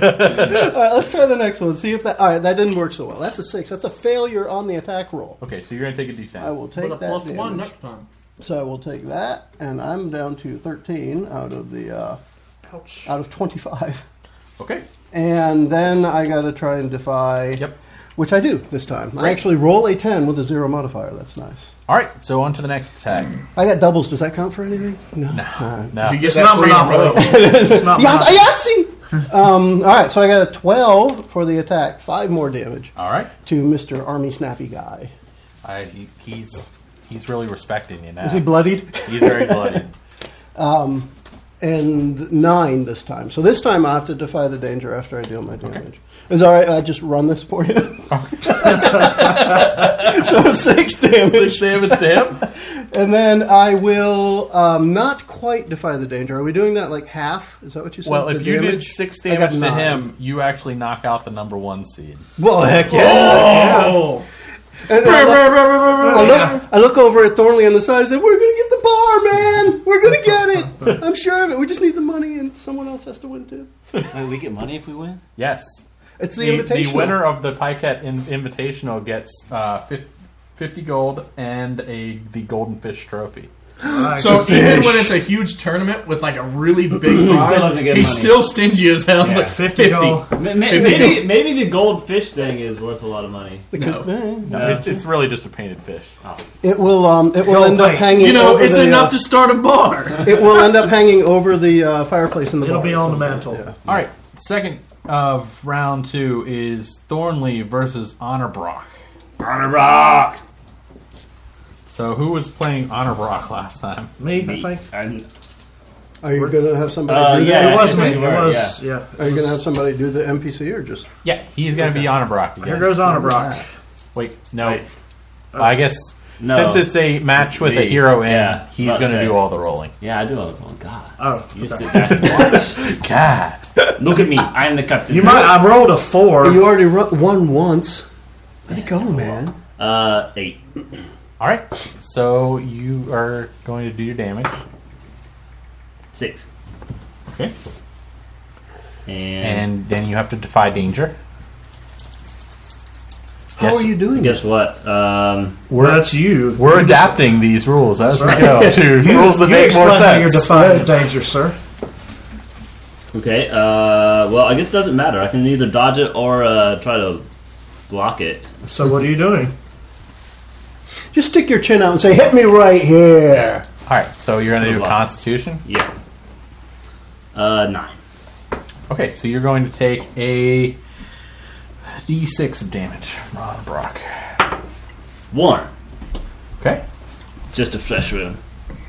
plan. All right, let's try the next one. See if that. All right, that didn't work so well. That's a six. That's a failure on the attack roll. Okay, so you're gonna take a D10. I will take With a that. plus damage. one next time. So I will take that, and I'm down to 13 out of the uh, Ouch. out of 25. Okay. And then I got to try and defy. Yep. Which I do this time. I actually roll a 10 with a zero modifier. That's nice. All right. So on to the next attack. I got doubles. Does that count for anything? No. Nah. No. You get that not three in a monopoly. row. It's not mine. um, all right, so I got a 12 for the attack, five more damage All right. to Mr. Army Snappy Guy. I, he, he's he's really respecting you now. Is he bloodied? he's very bloody. and nine this time. So this time I have to defy the danger after I deal my damage. Is all right. I just run this for you. so six damage, Six damage to him. and then I will um, not quite defy the danger. Are we doing that like half? Is that what you said? Well, if The you did damage? six I got damage to nine. him, you actually knock out the number one seed. well, heck yeah. Oh. And I look, I Oh, look- I look over at Thornley on the side and say, We're going to get the bar, man. We're going to get it. I'm sure of it. We just need the money, and someone else has to win, too. Wait, we get money if we win? Yes. It's the, The, the invitation. winner of the Picat in, Invitational gets uh, fif- 50 gold and a the Golden Fish trophy. So even when it's a huge tournament with like a really big prize, doesn't he's get money. still stingy as hell. It's Yeah. like 50 fifty. gold. Ma- ma- Maybe, maybe the goldfish thing is worth a lot of money. It's, it's really just a painted fish. It will, um, it will Don't end up wait. hanging You know, over it's the, enough uh, to start a bar. It will end up hanging over the uh, fireplace in the It'll bar. be on the mantle. All right. Second of round two is Thornley versus Honor Brock. Honor Rock! So who was playing Honor Brock last time? Me, I think. And, Are you going to have somebody? Uh, do yeah. that? It was me. think It you were, was, yeah. Are you going to have somebody do the NPC or just? Yeah, he's going to be Honor Brock Here again. goes Honor Brock. Wait, no. I guess No. since it's a match It's with a me. hero end, Yeah, he's about going to to do say. all the rolling. yeah, I do all the phone. God. Oh, You just okay. sit back and watch. God. Look at me. I am the captain. You might. I rolled a You four. already ru- won once. Let it go, Oh, man. Uh, eight. All right. So you are going to do your damage. Six. Okay. And, And then you have to defy danger. How Yes. are you doing? guess what? Um, That's you. We're You adapting these rules as we go to rules that You make more explain how you're sense. defining danger, sir. okay. Uh, well, I guess it doesn't matter. I can either dodge it or uh, try to block it. So what are you doing? Just stick your chin out and say, "Hit me right Oh, here." All right. So you're going to do Good luck. Constitution. Yeah. Uh, nine. Okay. So you're going to take a d6 of damage, from Ron Brock. One. Okay. Just a flesh wound.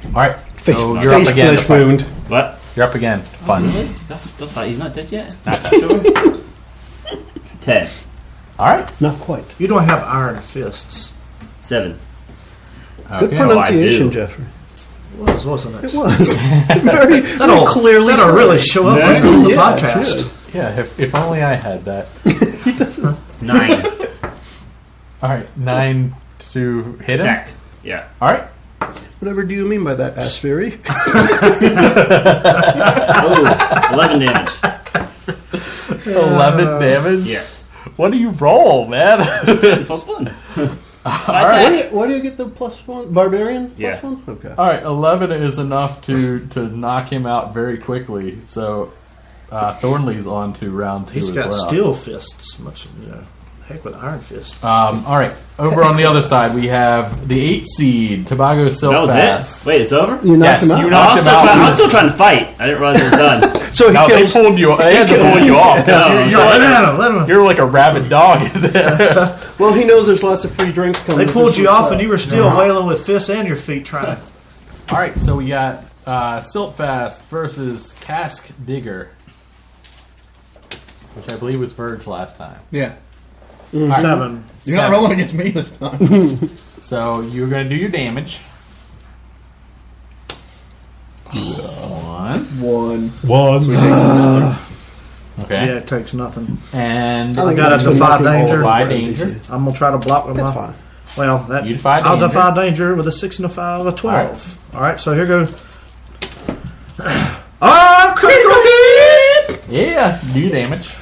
All right. So you're Face up again. to flesh fight. wound. What? You're up again. Mm-hmm. Fun. That's, that's like, he's not dead yet. Not that sure. Ten. All right. Not quite. You don't have iron fists. Seven. Good Okay. pronunciation, do. Jeffrey. It was, wasn't it? It was very, very That'll clearly. That'll said. really show up right on the podcast. Yeah. If, if only I had that. Nine. All right. Nine to hit him. Attack. Yeah. All right. Whatever do you mean by that, Aspheri? Oh, 11 damage. 11 damage. Yes. What do you roll, man? Plus one. Attack. Why do you get the plus one? Barbarian plus Yeah. one. Okay. All right, 11 is enough to to knock him out very quickly. So uh, Thornley's on to round 2 He's as got well. steel fists. Much, you know, heck with iron fists. Um, all right, over on the other side, we have the 8 seed, Tobago That was Silkbass. it? Wait, it's over? You Yes, knocked him out. you Oh, I, knocked him was still trying, I was out. still trying to fight. I didn't realize it was done. so he No, they kills. pulled you. They had to pull you off. 'cause No, you're, Yeah, let right. him at him. Let him. you're like a rabid dog. in there. Well, he knows there's lots of free drinks coming. They pulled you off, and you were still Uh-huh. wailing with fists and your feet trying. all right, so we got uh, Silkfast versus Cask Digger, which I believe was Verge last time. Yeah, Seven. you're not Seven. rolling against me this time. So you're going to do your damage. One. One. Okay. Yeah, it takes nothing. And I think Gotta that's been defy knocking all danger. over by it, danger. isn't it? I'm gonna try to block with That's my. fine. Well, that You defy I'll danger. defy danger with a six and a five, a twelve. All right, so here goes. Oh, critical hit! Yeah, do your damage.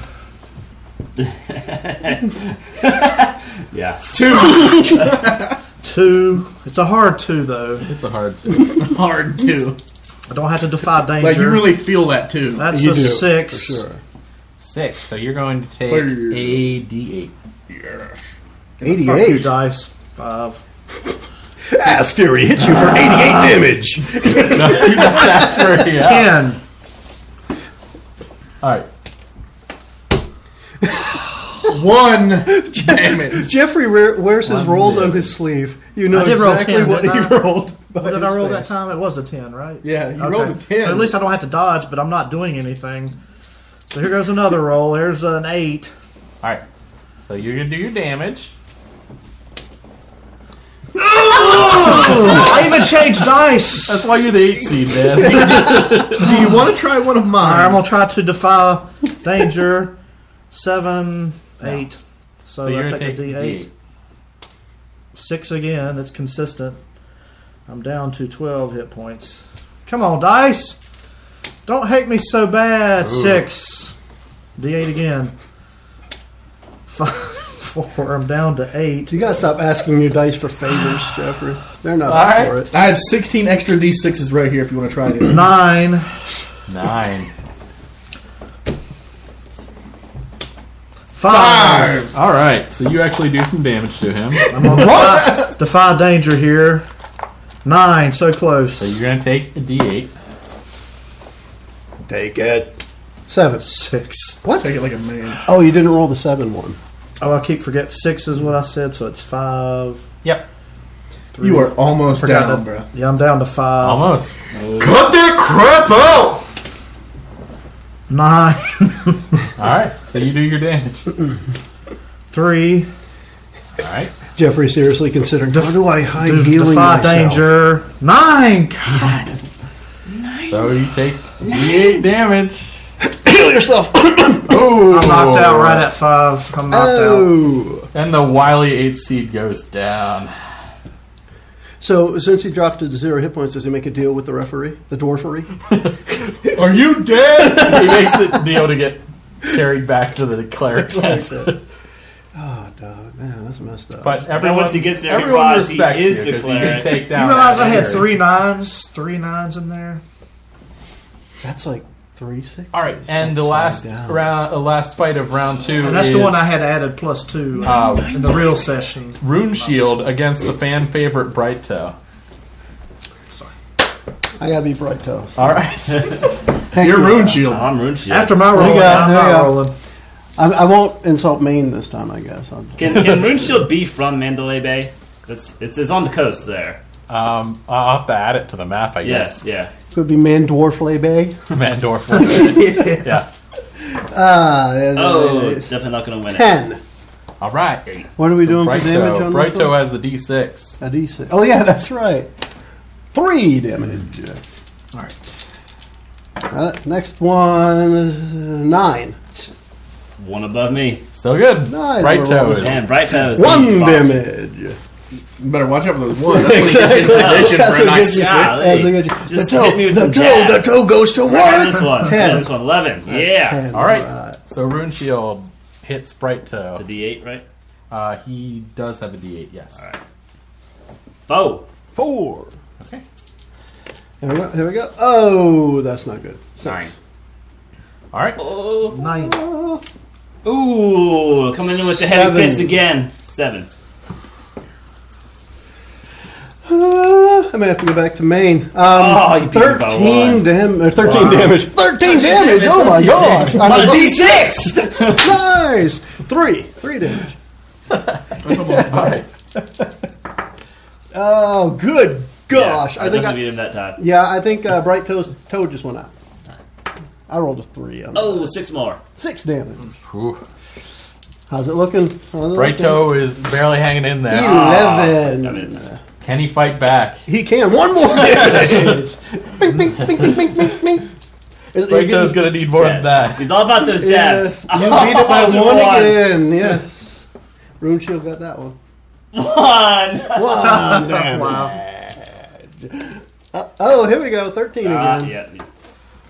Yeah. Two. It's a hard two though. It's a hard two. Hard too. I don't have to defy danger. Like you really feel that too. That's You a do, six. for sure. Six. So you're going to take Fire. a d8. Fuck you, Eighty-eight. dice. Five. Ass Fury hits you for 88 damage. That's for you. Ten. All right. One damage. Jeffrey re- wears his rolls on his sleeve. You know I did roll exactly 10, what he didn't I? rolled. What did I roll that time? It was a ten, right? Yeah, you Okay. rolled a ten. So at least I don't have to dodge, but I'm not doing anything. So here goes another roll. There's an eight. All right. So you're going to do your damage. I even changed dice. That's why you're the eight seed, man. Do you want to try one of All right, mine? I'm gonna try to defy danger. Seven, eight. so So, I you're take, going to a take D8. d8. Six again. That's consistent. I'm down to 12 hit points. Come on, dice. Don't hate me so bad. Six. D8 again. Five, four. I'm down to eight. You gotta stop asking your dice for favors, Jeffrey. They're not All up for it. right. I have 16 extra D6s right here if you want to try them. Nine. Nine. Five. All right, so you actually do some damage to him. I'm on defy, defy danger here. Nine. So close. So you're going to take a d8. Take it. Seven. Six. What? Take it like a man. Oh, you didn't roll the seven one. Oh, I keep forgetting six is what I said, so it's five. Yep. Three. You are almost Forgot down, it. bro. Yeah, I'm down to five. Almost. Cut that crap out! Nine. All right, so you do your damage. All Three. right. Jeffrey seriously considering. How do I hide Def- healing defy myself? danger. Nine. So you take d8 damage. Heal yourself. Oh, I'm knocked out right at five. I'm knocked out. oh. And the wily eight seed goes down. So since he dropped it to zero hit points, does he make a deal with the referee, the dwarfery? Are you dead? he makes it deal to get carried back to the cleric's house. Oh, dog, man, that's messed up. But Now, everyone, once he gets there, he everyone realizes he respects is you the 'cause you can cleric. take down. You realize I that had area. three nines, three nines in there. that's like three six. All right, and the last round, uh, last fight of round two. And that's is the one I had added plus two Oh. in the real session. Rune Shield against the fan favorite Bright Toe. I gotta be bright toast. All right, Your rune shield. I'm rune shield. After my rolling, got- I'm there you not go. rolling. I, I won't insult Maine this time, I guess. I'll, can, can rune shield be from Mandalay Bay? That's it's, it's on the coast there. um, I'll have to add it to the map, I guess. Yes, yeah. could be Man Dwarf Bay. Mandorf. yes. Ah, yeah, Oh, there it is. definitely not going to win it. ten. All right. What are we doing for Bright damage Toe. on Bright this one? Toe has a D6. A D6. Oh yeah, that's right. Three damage. All right. Uh, next one, is, uh, nine. One above me. Still good. Nice. Right toe is. Man, bright toes. One Fox. damage. Better watch out for those ones. That's when he gets in position That's for a what nice gets you. shot. That's what gets you. The Just toe, hit me with the some toe, the jabs. toe goes to Right, this one. one. Ten. Yeah, this one. Eleven. Yeah. Ten, All right. So Rune Shield hits Bright Toe. The D8, right? Uh, he does have a D8. Yes. All right. Foe. Four. Okay. Here we go. Here we go. Oh, that's not good. Six. Nine. All right. Oh. Nine. Uh, Ooh, coming in with the heavy Seven. fist again. Seven. uh, I may have to go back to Maine. Um, Oh, you beat me by Thirteen one. damage. Or Thirteen damage. Thirteen damage. Oh my gosh! On a D six. Nice. Three. Three damage. All right. Oh, good gosh! I think I, I beat him that time. Yeah, I think uh, Bright Toe's toe just went out. I rolled a three. On Oh, six more. Six damage. Whew. How's it looking? How's it Right looking? toe is barely hanging in there. Eleven. I mean, Mm. Can he fight back? He can. One more damage. bing, bing, bing, bing, bing, bing, bing. Is- Right you- toe's gonna need more than jabs. that. He's all about those Yes. jabs. You beat it by Oh, one again. Yes. Rune Shield got that one. One. One damage. Uh, oh, here we go. Thirteen Ah, again. yeah,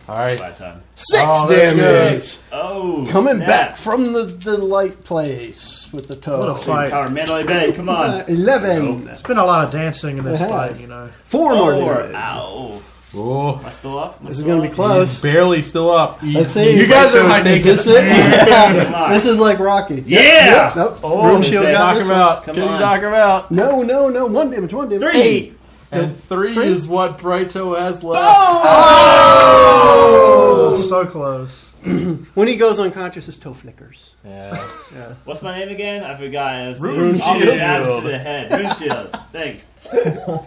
All right. by time. Six Oh, that's damage. Oh, Coming snap. back from the, the light place with the toe. What a fight. Power Mandalay Bay. Come Uh, on. Eleven. It's been a lot of dancing in this It has. thing, you know. Four more Four. Oh, damage. Ow. Oh, Am I still up? This is going to be close. barely still up. He- Let's see. You guys are like Is this it? Yeah. This is like Rocky. Yeah. Nope. Oh, Room they shield say got knock this him one. out. Come Can you on. knock him out? No, no, no. One damage. One damage. Three. Eight. And three, Three. is what Bright Toe has left. Oh, so close. When he goes unconscious, his toe flickers. Yeah. What's my name again? I forgot. It's, Rune it's all the Shield. jabs to the head. Rune shield. Thanks. All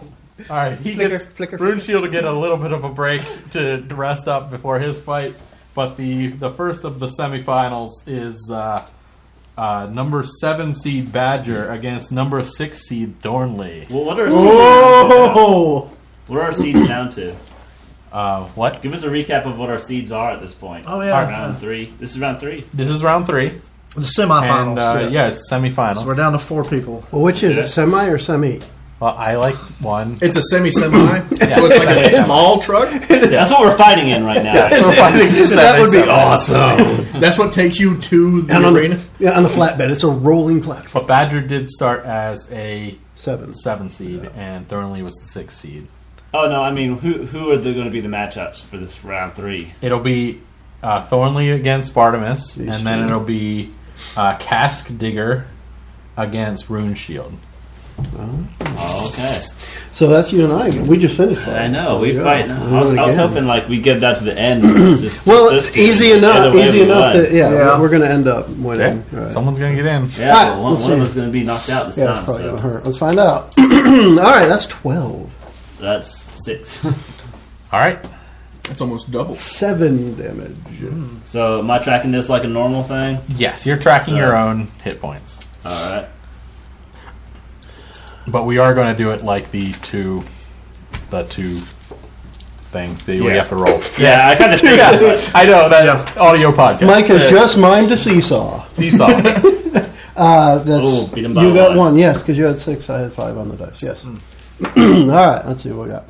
right. He Flicker, gets flicker, Rune Shield to get a little bit of a break to to rest up before his fight. But the the first of the semifinals is uh, uh, number seven seed Badger against number six seed Thornley. Well, what are our seeds? What are our seeds down to? Uh, what? Give us a recap of what our seeds are at this point. Oh, yeah. All right, round three. This is round three. This is round three. The semifinals. And uh, yeah, it's semifinals. So we're down to four people. Well, which is it, semi or semi? Well, I like one. It's a semi semi, so it's like a small truck. That's what we're fighting in right now. that would be awesome. That's what takes you to the and on arena. the, yeah, on the flatbed, it's a rolling platform. But Badger did start as a Seven. seven seed, and Thornley was the sixth seed. Oh no, I mean, who who are going to be the matchups for this round three? It'll be uh, Thornley against Bartimus, These and then two. it'll be uh, Cask Digger against Rune Shield. Oh, okay, So that's you and I. We just finished. I know we Oh, Yeah. fight. We'll I do was, it I was again. hoping like we get that to the end. It's just- Well, just- just easy either enough. way Easy we enough won. that yeah, Yeah. we're going to end up winning. Right. Someone's gonna get in. yeah, All right, but one, let's one of see. us is going to be knocked out this Yeah, it's time. probably going to So hurt. Let's find out. All right, that's twelve. that's six. All right. That's almost double. Seven damage. Hmm. so am I tracking this like a normal thing? Yes, you're tracking So- your own hit points, All right. but we are going to do it like the two, the two thing that you Yeah. have to roll. Yeah, I kind of figured. as much. I know that audio podcast. Mike has just mimed a seesaw. seesaw. Uh, that's Oh, beat him by you got one. one, yes, because you had six. I had five on the dice. Yes. Hmm. All right, let's see what we got.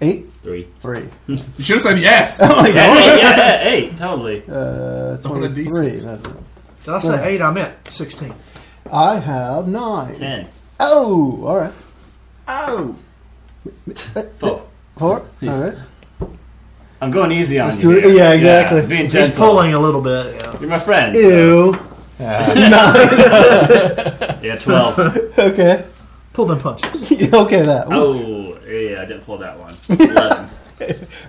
Eight, Three. three. You should have said yes. Oh my Yeah, god. hey, yeah, yeah, hey, totally. Uh, Don't wanna do twenty-three. six. That's- Did I say eight? I meant 16. I have nine. Ten. Oh, all right. Oh, Four. Four. All right. I'm going easy on Let's you. do it. here. Yeah, exactly. being He's gentle. pulling a little bit. Yeah. You're my friend. so- Ew. Yeah, twelve. Okay. Pull them punches. okay, that. oh, yeah, I didn't pull that one. Eleven.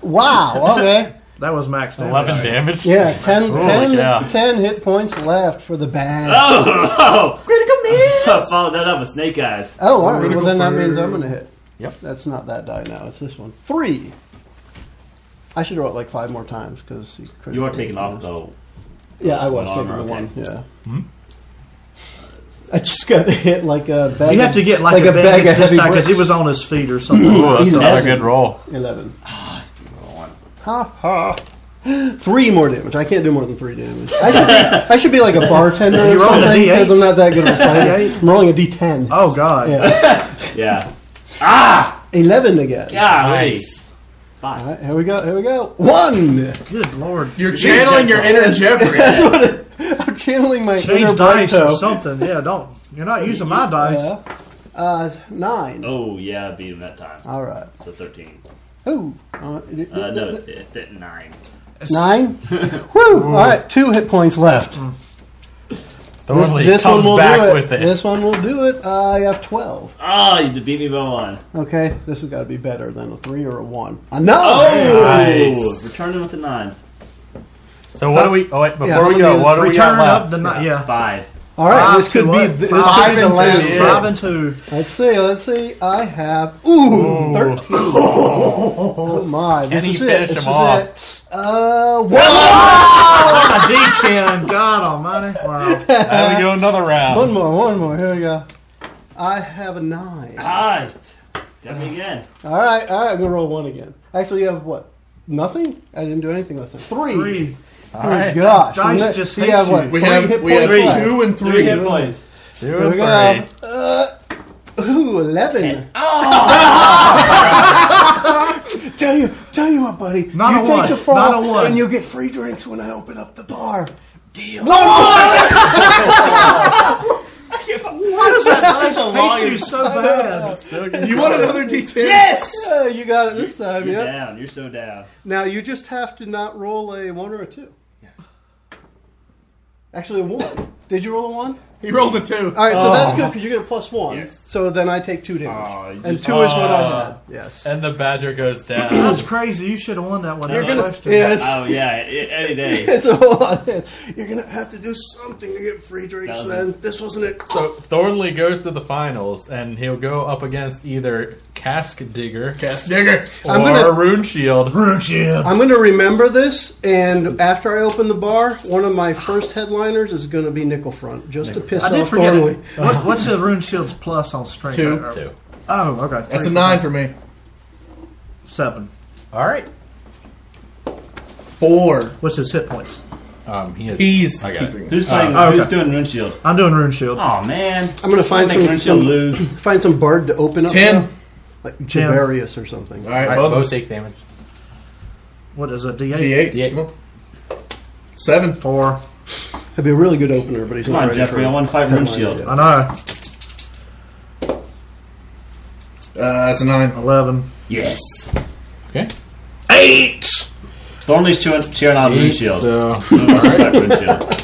Wow. Okay. That was max damage. Eleven damage. Yeah. Ten, Holy ten, cow. ten hit points left for the bag. Oh, critical miss. oh. followed that up with snake eyes. Oh, all right. Critical Well, then that for- means I'm going to hit. Yep. That's not that die now. It's this one. Three. I should roll it like five more times because You are taking off though. Yeah, I was the taking armor, the okay. one. Yeah. Hmm? I just got hit like a bag. You have of- to get like, a bag of this time because he was on his feet or something. Ooh, that's Easy. another good roll. eleven. Ha ha. Three more damage. I can't do more than three damage. I should be, I should be like a bartender or You rolled a something D8. because I'm not that good of a fighter. D8. I'm rolling a D10. oh, God. Yeah, Yeah. eleven again. Yeah. Nice. All right, here we go. Here we go. One. Good Lord. You're channeling your inner Jeffrey. I'm channeling my inner Change dice Blato. or something. Yeah, don't. You're not using my dice. Yeah. Uh, nine. Oh yeah, I beat him that time. All right. So thirteen. Ooh. Uh, d- Uh, no, d- d- it, it, it- nine. Nine. Woo! All right. Two hit points left. Thornley comes back do it. with it. This one will do it. I have twelve. Oh, you beat me by one. Okay. This has got to be better than a three or a one. I know. Oh, Nice. returning with the nines. So what do we? Oh wait, before Yeah, we I'm go, gonna what do we Return got left? of the night. Yeah. Five. All right. Five this could to be what? th- this Five could be the and two. last. Yeah. one. Five and two. Let's see. Let's see. I have ooh, thirteen. Oh my! This Can is you it. finish This them is off? it. Uh, one. A D10. God almighty. Wow. How do we go another round? One more. One more. Here we go. I have a nine. Ah, got me again. All right, all right, I'm gonna roll one again. Actually, you have what? Nothing? I didn't do anything last time. Three. Three. Oh All right, gosh. Dice And just you hates have you. what? We three have hit we have points left. two and Three three. hit points. two Here and we three. go. Uh, ooh, eleven. Oh! tell you, tell you what, buddy. Not a you take one, the fall, not a one. and you get free drinks when I open up the bar. Deal. Why does that so dice hate you so bad? You want another D10? Yeah, you got it this time. You're Yeah. down. You're so down. Now you just have to not roll a one or a two. Actually, a one. Did you roll a one? He rolled a two. All right, Oh. so that's good because you get a plus one. Yes. So then I take two damage, Oh, you and just- two is what I had. Yes. And the badger goes down. That's crazy. You should have won that one. You're No gonna- question. yeah, it's- Oh yeah, i- any day. It's a lot. You're gonna have to do something to get free drinks. That was Then this wasn't it. So Thornley goes to the finals, and he'll go up against either Cask Digger Cast digger. or I'm gonna- Rune Shield. Rune shield. I'm gonna remember this, and after I open the bar, one of my first headliners is gonna be Nickel Front, just to piss I did off forget. Thornley. What, what's the rune shield's plus on strength? Two. Or- Two. Oh, okay. That's a Three. nine for me. Seven. All right. Four. What's his hit points? Um, he is. He's I got it. keeping it. Who's fighting? Oh, Who's okay. doing rune shield? I'm doing Rune Shield. Oh man, I'm gonna find Make some, rune shield some lose. find some bard to open up. Ten. now. like Javarius or something. All right, All right, both of both us. take damage. What is it? D8. D8? D8. Come on. Seven. Four. That'd be a really good opener, but he's Come not on, ready Jeffrey, for I it. want to fight Don't rune mind shield. it. I know. Uh, that's a nine. 11. Yes. Okay. Eight. Thornley's chewing, cheering on rune shield. So, Let's fight rune shield.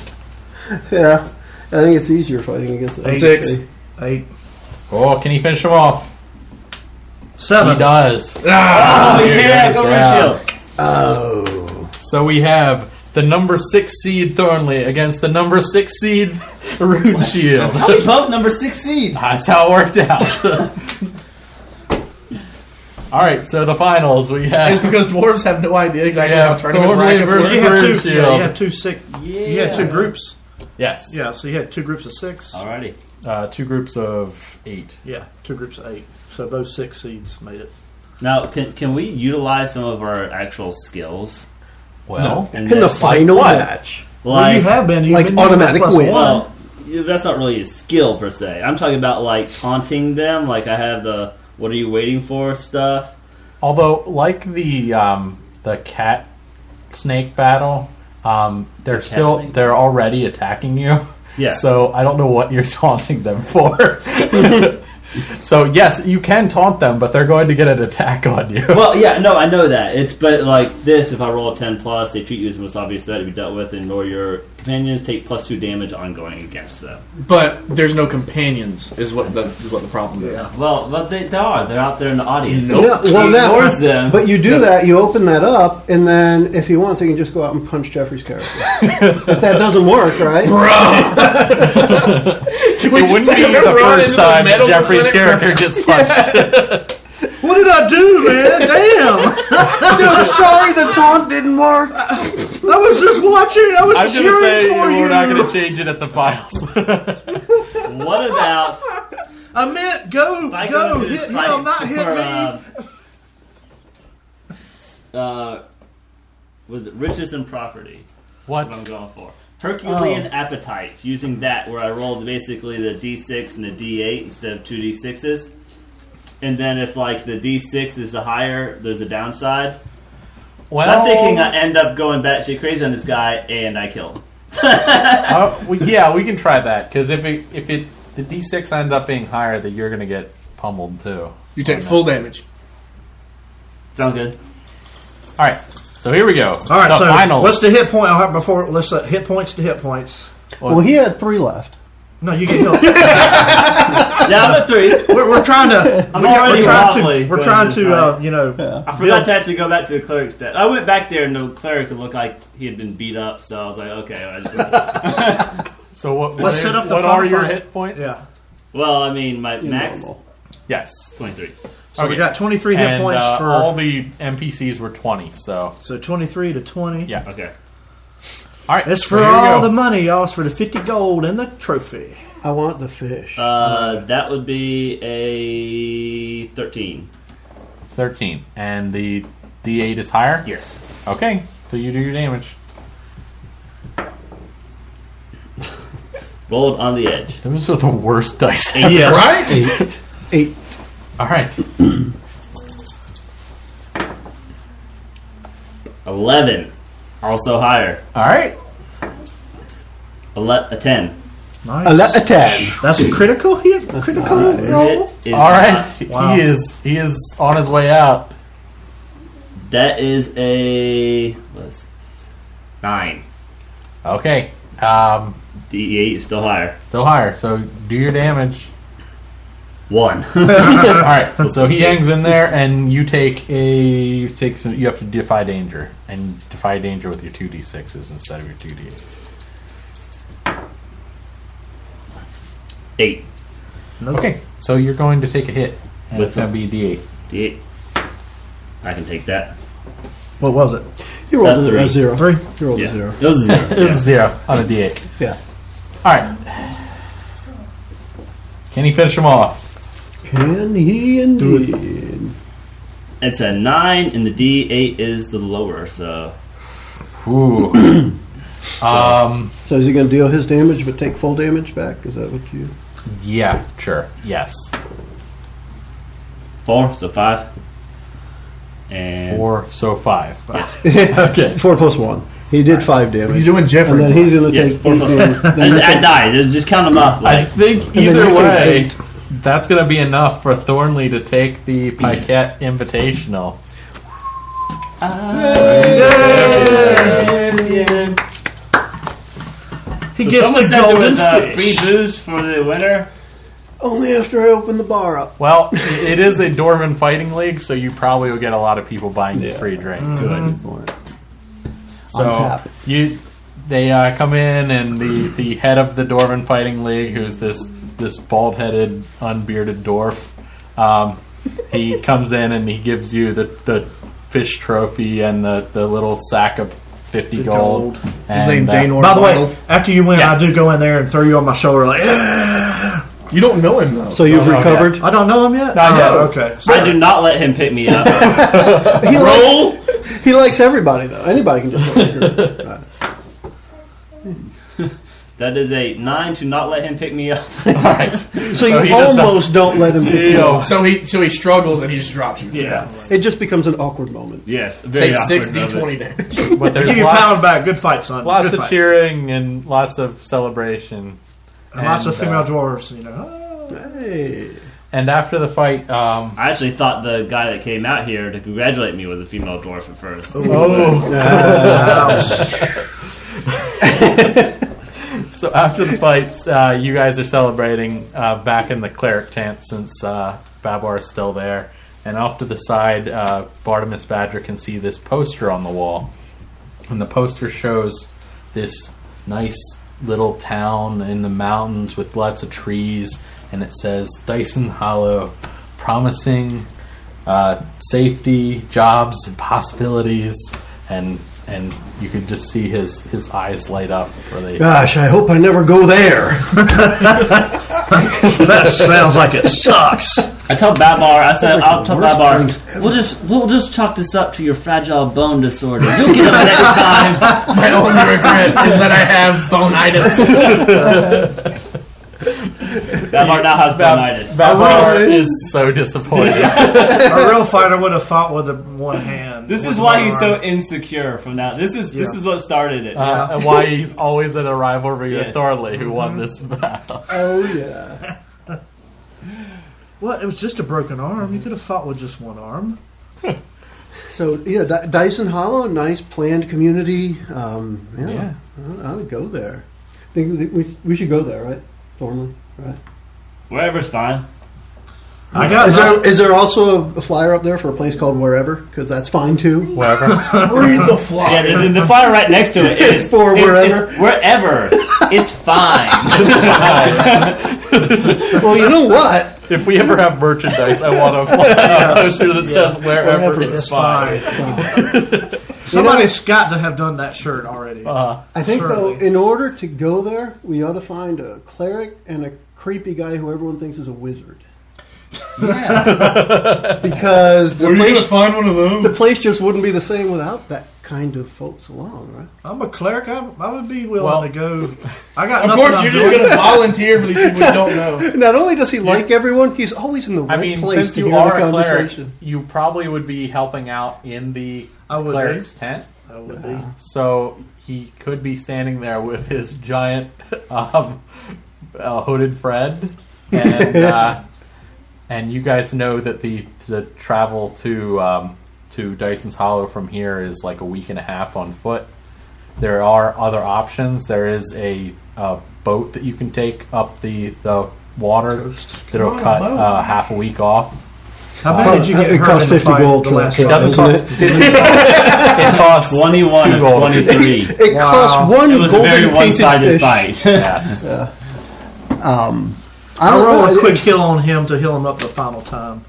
Yeah, I think it's easier fighting against it. Six. 8. oh, can he finish him off? 7. He does. Oh, yeah, yeah, go yeah. rune shield. Oh, So we have the number six seed Thornley against the number six seed Rune Shield. We both number six seed. That's how it worked out. All right, so the finals we It's have. because dwarves have no idea We exactly how have tournament Thornley brackets You work. versus had Rune two, yeah, you had Shield. two six. Yeah. You had two groups. Yes. Yeah, so you had two groups of six. Alrighty. Uh, two groups of eight. Yeah, two groups of eight. So both six seeds made it. Now, can can we utilize some of our actual skills? Well, And in the that's final what? match, well, Like, you have been you've like been using automatic plus win. one. Well, yeah, that's not really a skill per se. I'm talking about like taunting them. Like I have the "What are you waiting for?" stuff. although like the um, the cat snake battle, um, they're still snake. they're already attacking you. Yeah. So I don't know what you're taunting them for. so yes, you can taunt them, but they're going to get an attack on you. Well, yeah, no, I know that. It's but like this: if I roll a ten plus, they treat you as the most obvious threat to be dealt with, and or your companions take plus two damage ongoing against them. But there's no companions, is what the, is what the problem is. Well, but they, they are. They're out there in the audience. Nope. No, well, He that- ignores them. but you do that, you open that up, and then if he wants, he can just go out and punch Jeffrey's character. if that doesn't work, right? it wouldn't be the first time Jeffrey's character gets punched. What did I do, man? Damn! Dude, sorry, the taunt didn't work. I was just watching. I was I'm cheering gonna say for you. we're not gonna change it at the finals. what about I meant go, I go, can do hit this him, fight not hit me. for, uh, uh, was it riches and property? What I'm what? going for. Herculean Oh. appetites. Using that, where I rolled basically the d6 and the d8 instead of two d6s, and then if like the d6 is the higher, there's a downside. Well, So I'm thinking Oh. I end up going batshit crazy on this guy, and I kill him. Uh, we, yeah, we can try that because if it if it the d6 ends up being higher, that you're gonna get pummeled too. You take full damage. Sound good? All right, so here we go. All right, the so finals. what's the hit point? All right, before let's uh, hit points to hit points. Well, he had three left. No, you get help. Yeah, I'm at three. we're, we're trying to. I'm we got- already we're trying wobbly to. We're going trying this to. way. Uh, you know. I forgot to actually go back to the cleric's desk. I went back there and the cleric looked like he had been beat up, so I was like, okay. I just went- so what? Let's what set up the what fun are your fight. hit points? Yeah. well, I mean, my max Yes. 23. So we Okay. got 23 hit And points uh, for. all the NPCs were twenty. So so 23 to 20. yeah. Okay. All right. It's so for here we all go. the money, y'all. It's for the 50 gold and the trophy. I want the fish. Uh, that would be a 13. thirteen, and the d8 is higher. Yes. Okay, so you do your damage. Rolled on the edge. Those are the worst dice. ever. Yes. Eight. Eight. All right. 11. Also higher. All right. Ele- a 10. Nice. A, le- a ten. That's a critical hit. critical roll. It is All right. not- Wow. He is he is on his way out. that is a. What is this? 9. Okay. Um, D8 E is still higher. still higher. So do your damage. 1. All right. So he hangs in there, and you take a you take some, you have to defy danger and defy danger with your two d sixes instead of your two d eight. 8. Okay. So you're going to take a hit. And With it's gonna be the- d eight. D8. E I can take that. What was it? He rolled That's a, a three. zero. Three. He rolled Yeah. a zero. That was a zero. This is zero on a d eight. Yeah. All right. Can he finish him off? Can he indeed? It's a nine, and the D eight is the lower. So Ooh. Um, So is he going to deal his damage but take full damage back? Is that what you? yeah, sure. Yes. Four, so five. And Four, so five. okay. Four plus one. He did five damage. He's doing Jeffrey. and then he's going to Yes, take four eight plus damage. Then Just he'll add take- die. Just, just count them up. I Like think then either he's gonna way, bait. that's going to be enough for Thornley to take the Piquette Invitational. He so gets someone the said there golden was uh, fish. free booze for the winner. Only after I open the bar up. Well, it is a Dorman fighting league, so you probably will get a lot of people buying you free drinks. So On tap. you, they uh, come in, and the, the head of the Dorman Fighting League, who's this this bald headed, unbearded dwarf, um, he comes in and he gives you the, the fish trophy and the, the little sack of fifty gold. gold. And, His name uh, Dane By the way, Orville. after you win, Yes. I do go in there and throw you on my shoulder like, "Eh, you don't know him though. So you've Oh, okay. recovered. I don't know him yet. I know. Oh, okay. So I do not let him pick me up. He Roll. Likes, he likes everybody though. Anybody can just. that is a nine to not let him pick me up. All right. so So he you does that. almost don't let him. Pick you Ew. up. So he so he struggles and he just drops you. It just becomes an awkward moment. Yes. Very Take six awkward D moment. twenty damage. But I there's give you a pound lots, back. Good fight, son. lots Good of fight. cheering and lots of celebration. And lots of And, female uh, dwarves, you know. Hey. And after the fight, um, I actually thought the guy that came out here to congratulate me was a female dwarf at first. Oh. So after the fight, uh, you guys are celebrating uh, back in the cleric tent since uh, Babar is still there. And off to the side, uh, Bartimus Badger can see this poster on the wall. And the poster shows this nice little town in the mountains with lots of trees. And it says Dyson Hollow, promising uh, safety, jobs, and possibilities. And and you could just see his, his eyes light up. Where they, Gosh, I hope I never go there. that sounds like it sucks. I tell Babar, I said, like I'll the tell worst Babar, things we'll just we'll just chalk this up to your fragile bone disorder. You'll get up next time. My only regret is that I have bonitis. Babar now has bonitis. Oh, Babar is so disappointed. A real fighter would have fought with a one hand. this with is why one he's so arm. insecure from now. This is this Yeah. is what started it. Uh, and why he's always in a rivalry with Yes. Thorley, who Mm-hmm. won this battle. Oh yeah. What? It was just a broken arm. You could have fought with just one arm. So yeah, D- Dyson Hollow, nice planned community. Um, yeah, Yeah. I ought to go there. Think that we, we should go there, right, Thornley? Right. Wherever's fine. I got Uh, Is there is there also a flyer up there for a place called Wherever? Because that's fine too. Whatever. Read the fly. Yeah, the, the, the fire right next to it is It's for wherever. It's, wherever. It's fine. well, you know what? if we ever have merchandise, I want a fly- a poster that says wherever, Wherever it's It's fine. fine. Somebody's got to have done that shirt already. Uh-huh. I think though, Surely. in order to go there, we ought to find a cleric and a creepy guy who everyone thinks is a wizard. because the place, find one of those? the place just wouldn't be the same without that kind of folks along, right? I'm a cleric. I, I would be willing Well- to go. I got. Of nothing course, I'm you're just doing. going to volunteer for these people you don't know. Not only does he like everyone, he's always in the I right mean, place since to you hear are the a cleric, conversation. you probably would be helping out in the I would cleric's tent. I would be. Uh, So he could be standing there with his giant um, uh, hooded friend, and uh, and you guys know that the the travel to um, to Dyson's Hollow from here is like a week and a half on foot. There are other options. There is a, uh boat that you can take up the the water that'll Come on, cut boat. uh, half a week off. How bad did you get It hurt costs in the 50 fight gold the to- last it fight? Doesn't cost. it costs Twenty-one two of gold. twenty-three. It costs one It was a golden very painted one-sided fish. fight. Yes. I I don't roll know. a quick it's- heal on him to heal him up the final time.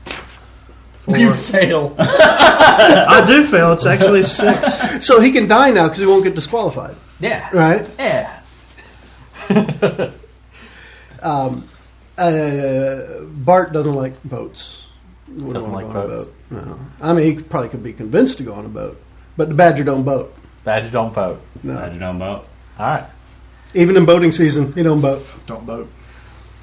Four. You fail. I do fail. It's actually six. So he can die now because he won't get disqualified, Yeah. right? Yeah. Um, Uh, Bart doesn't like boats. Wouldn't Doesn't wanna like go on a boats. boat, No, I mean he probably could be convinced to go on a boat, but the badger don't boat. Badger don't vote. I don't know about. All right. Even in boating season, he don't boat. He Don't boat.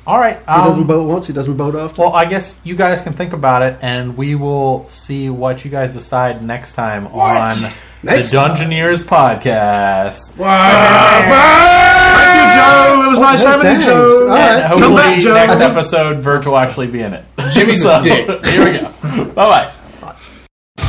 All right. doesn't Um, boat once. He doesn't boat often. well, I guess you guys can think about it, and we will see what you guys decide next time on Next the Dungeoneers podcast. Thank you, Joe. Oh, It was nice hey, having thanks. you, Joe. All right. And hopefully, back, Joe. next episode, Vert will actually be in it. Jimmy's a dick. Here we go. Bye bye.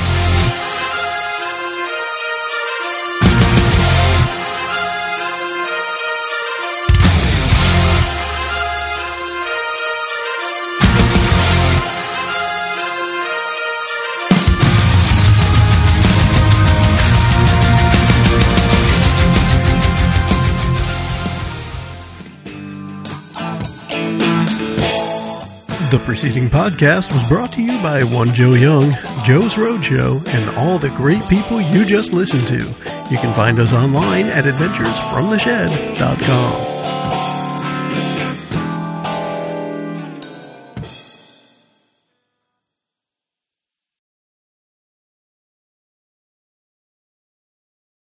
The preceding podcast was brought to you by One Joe Young, Joe's Roadshow, and all the great people you just listened to. You can find us online at adventuresfromtheshed.com.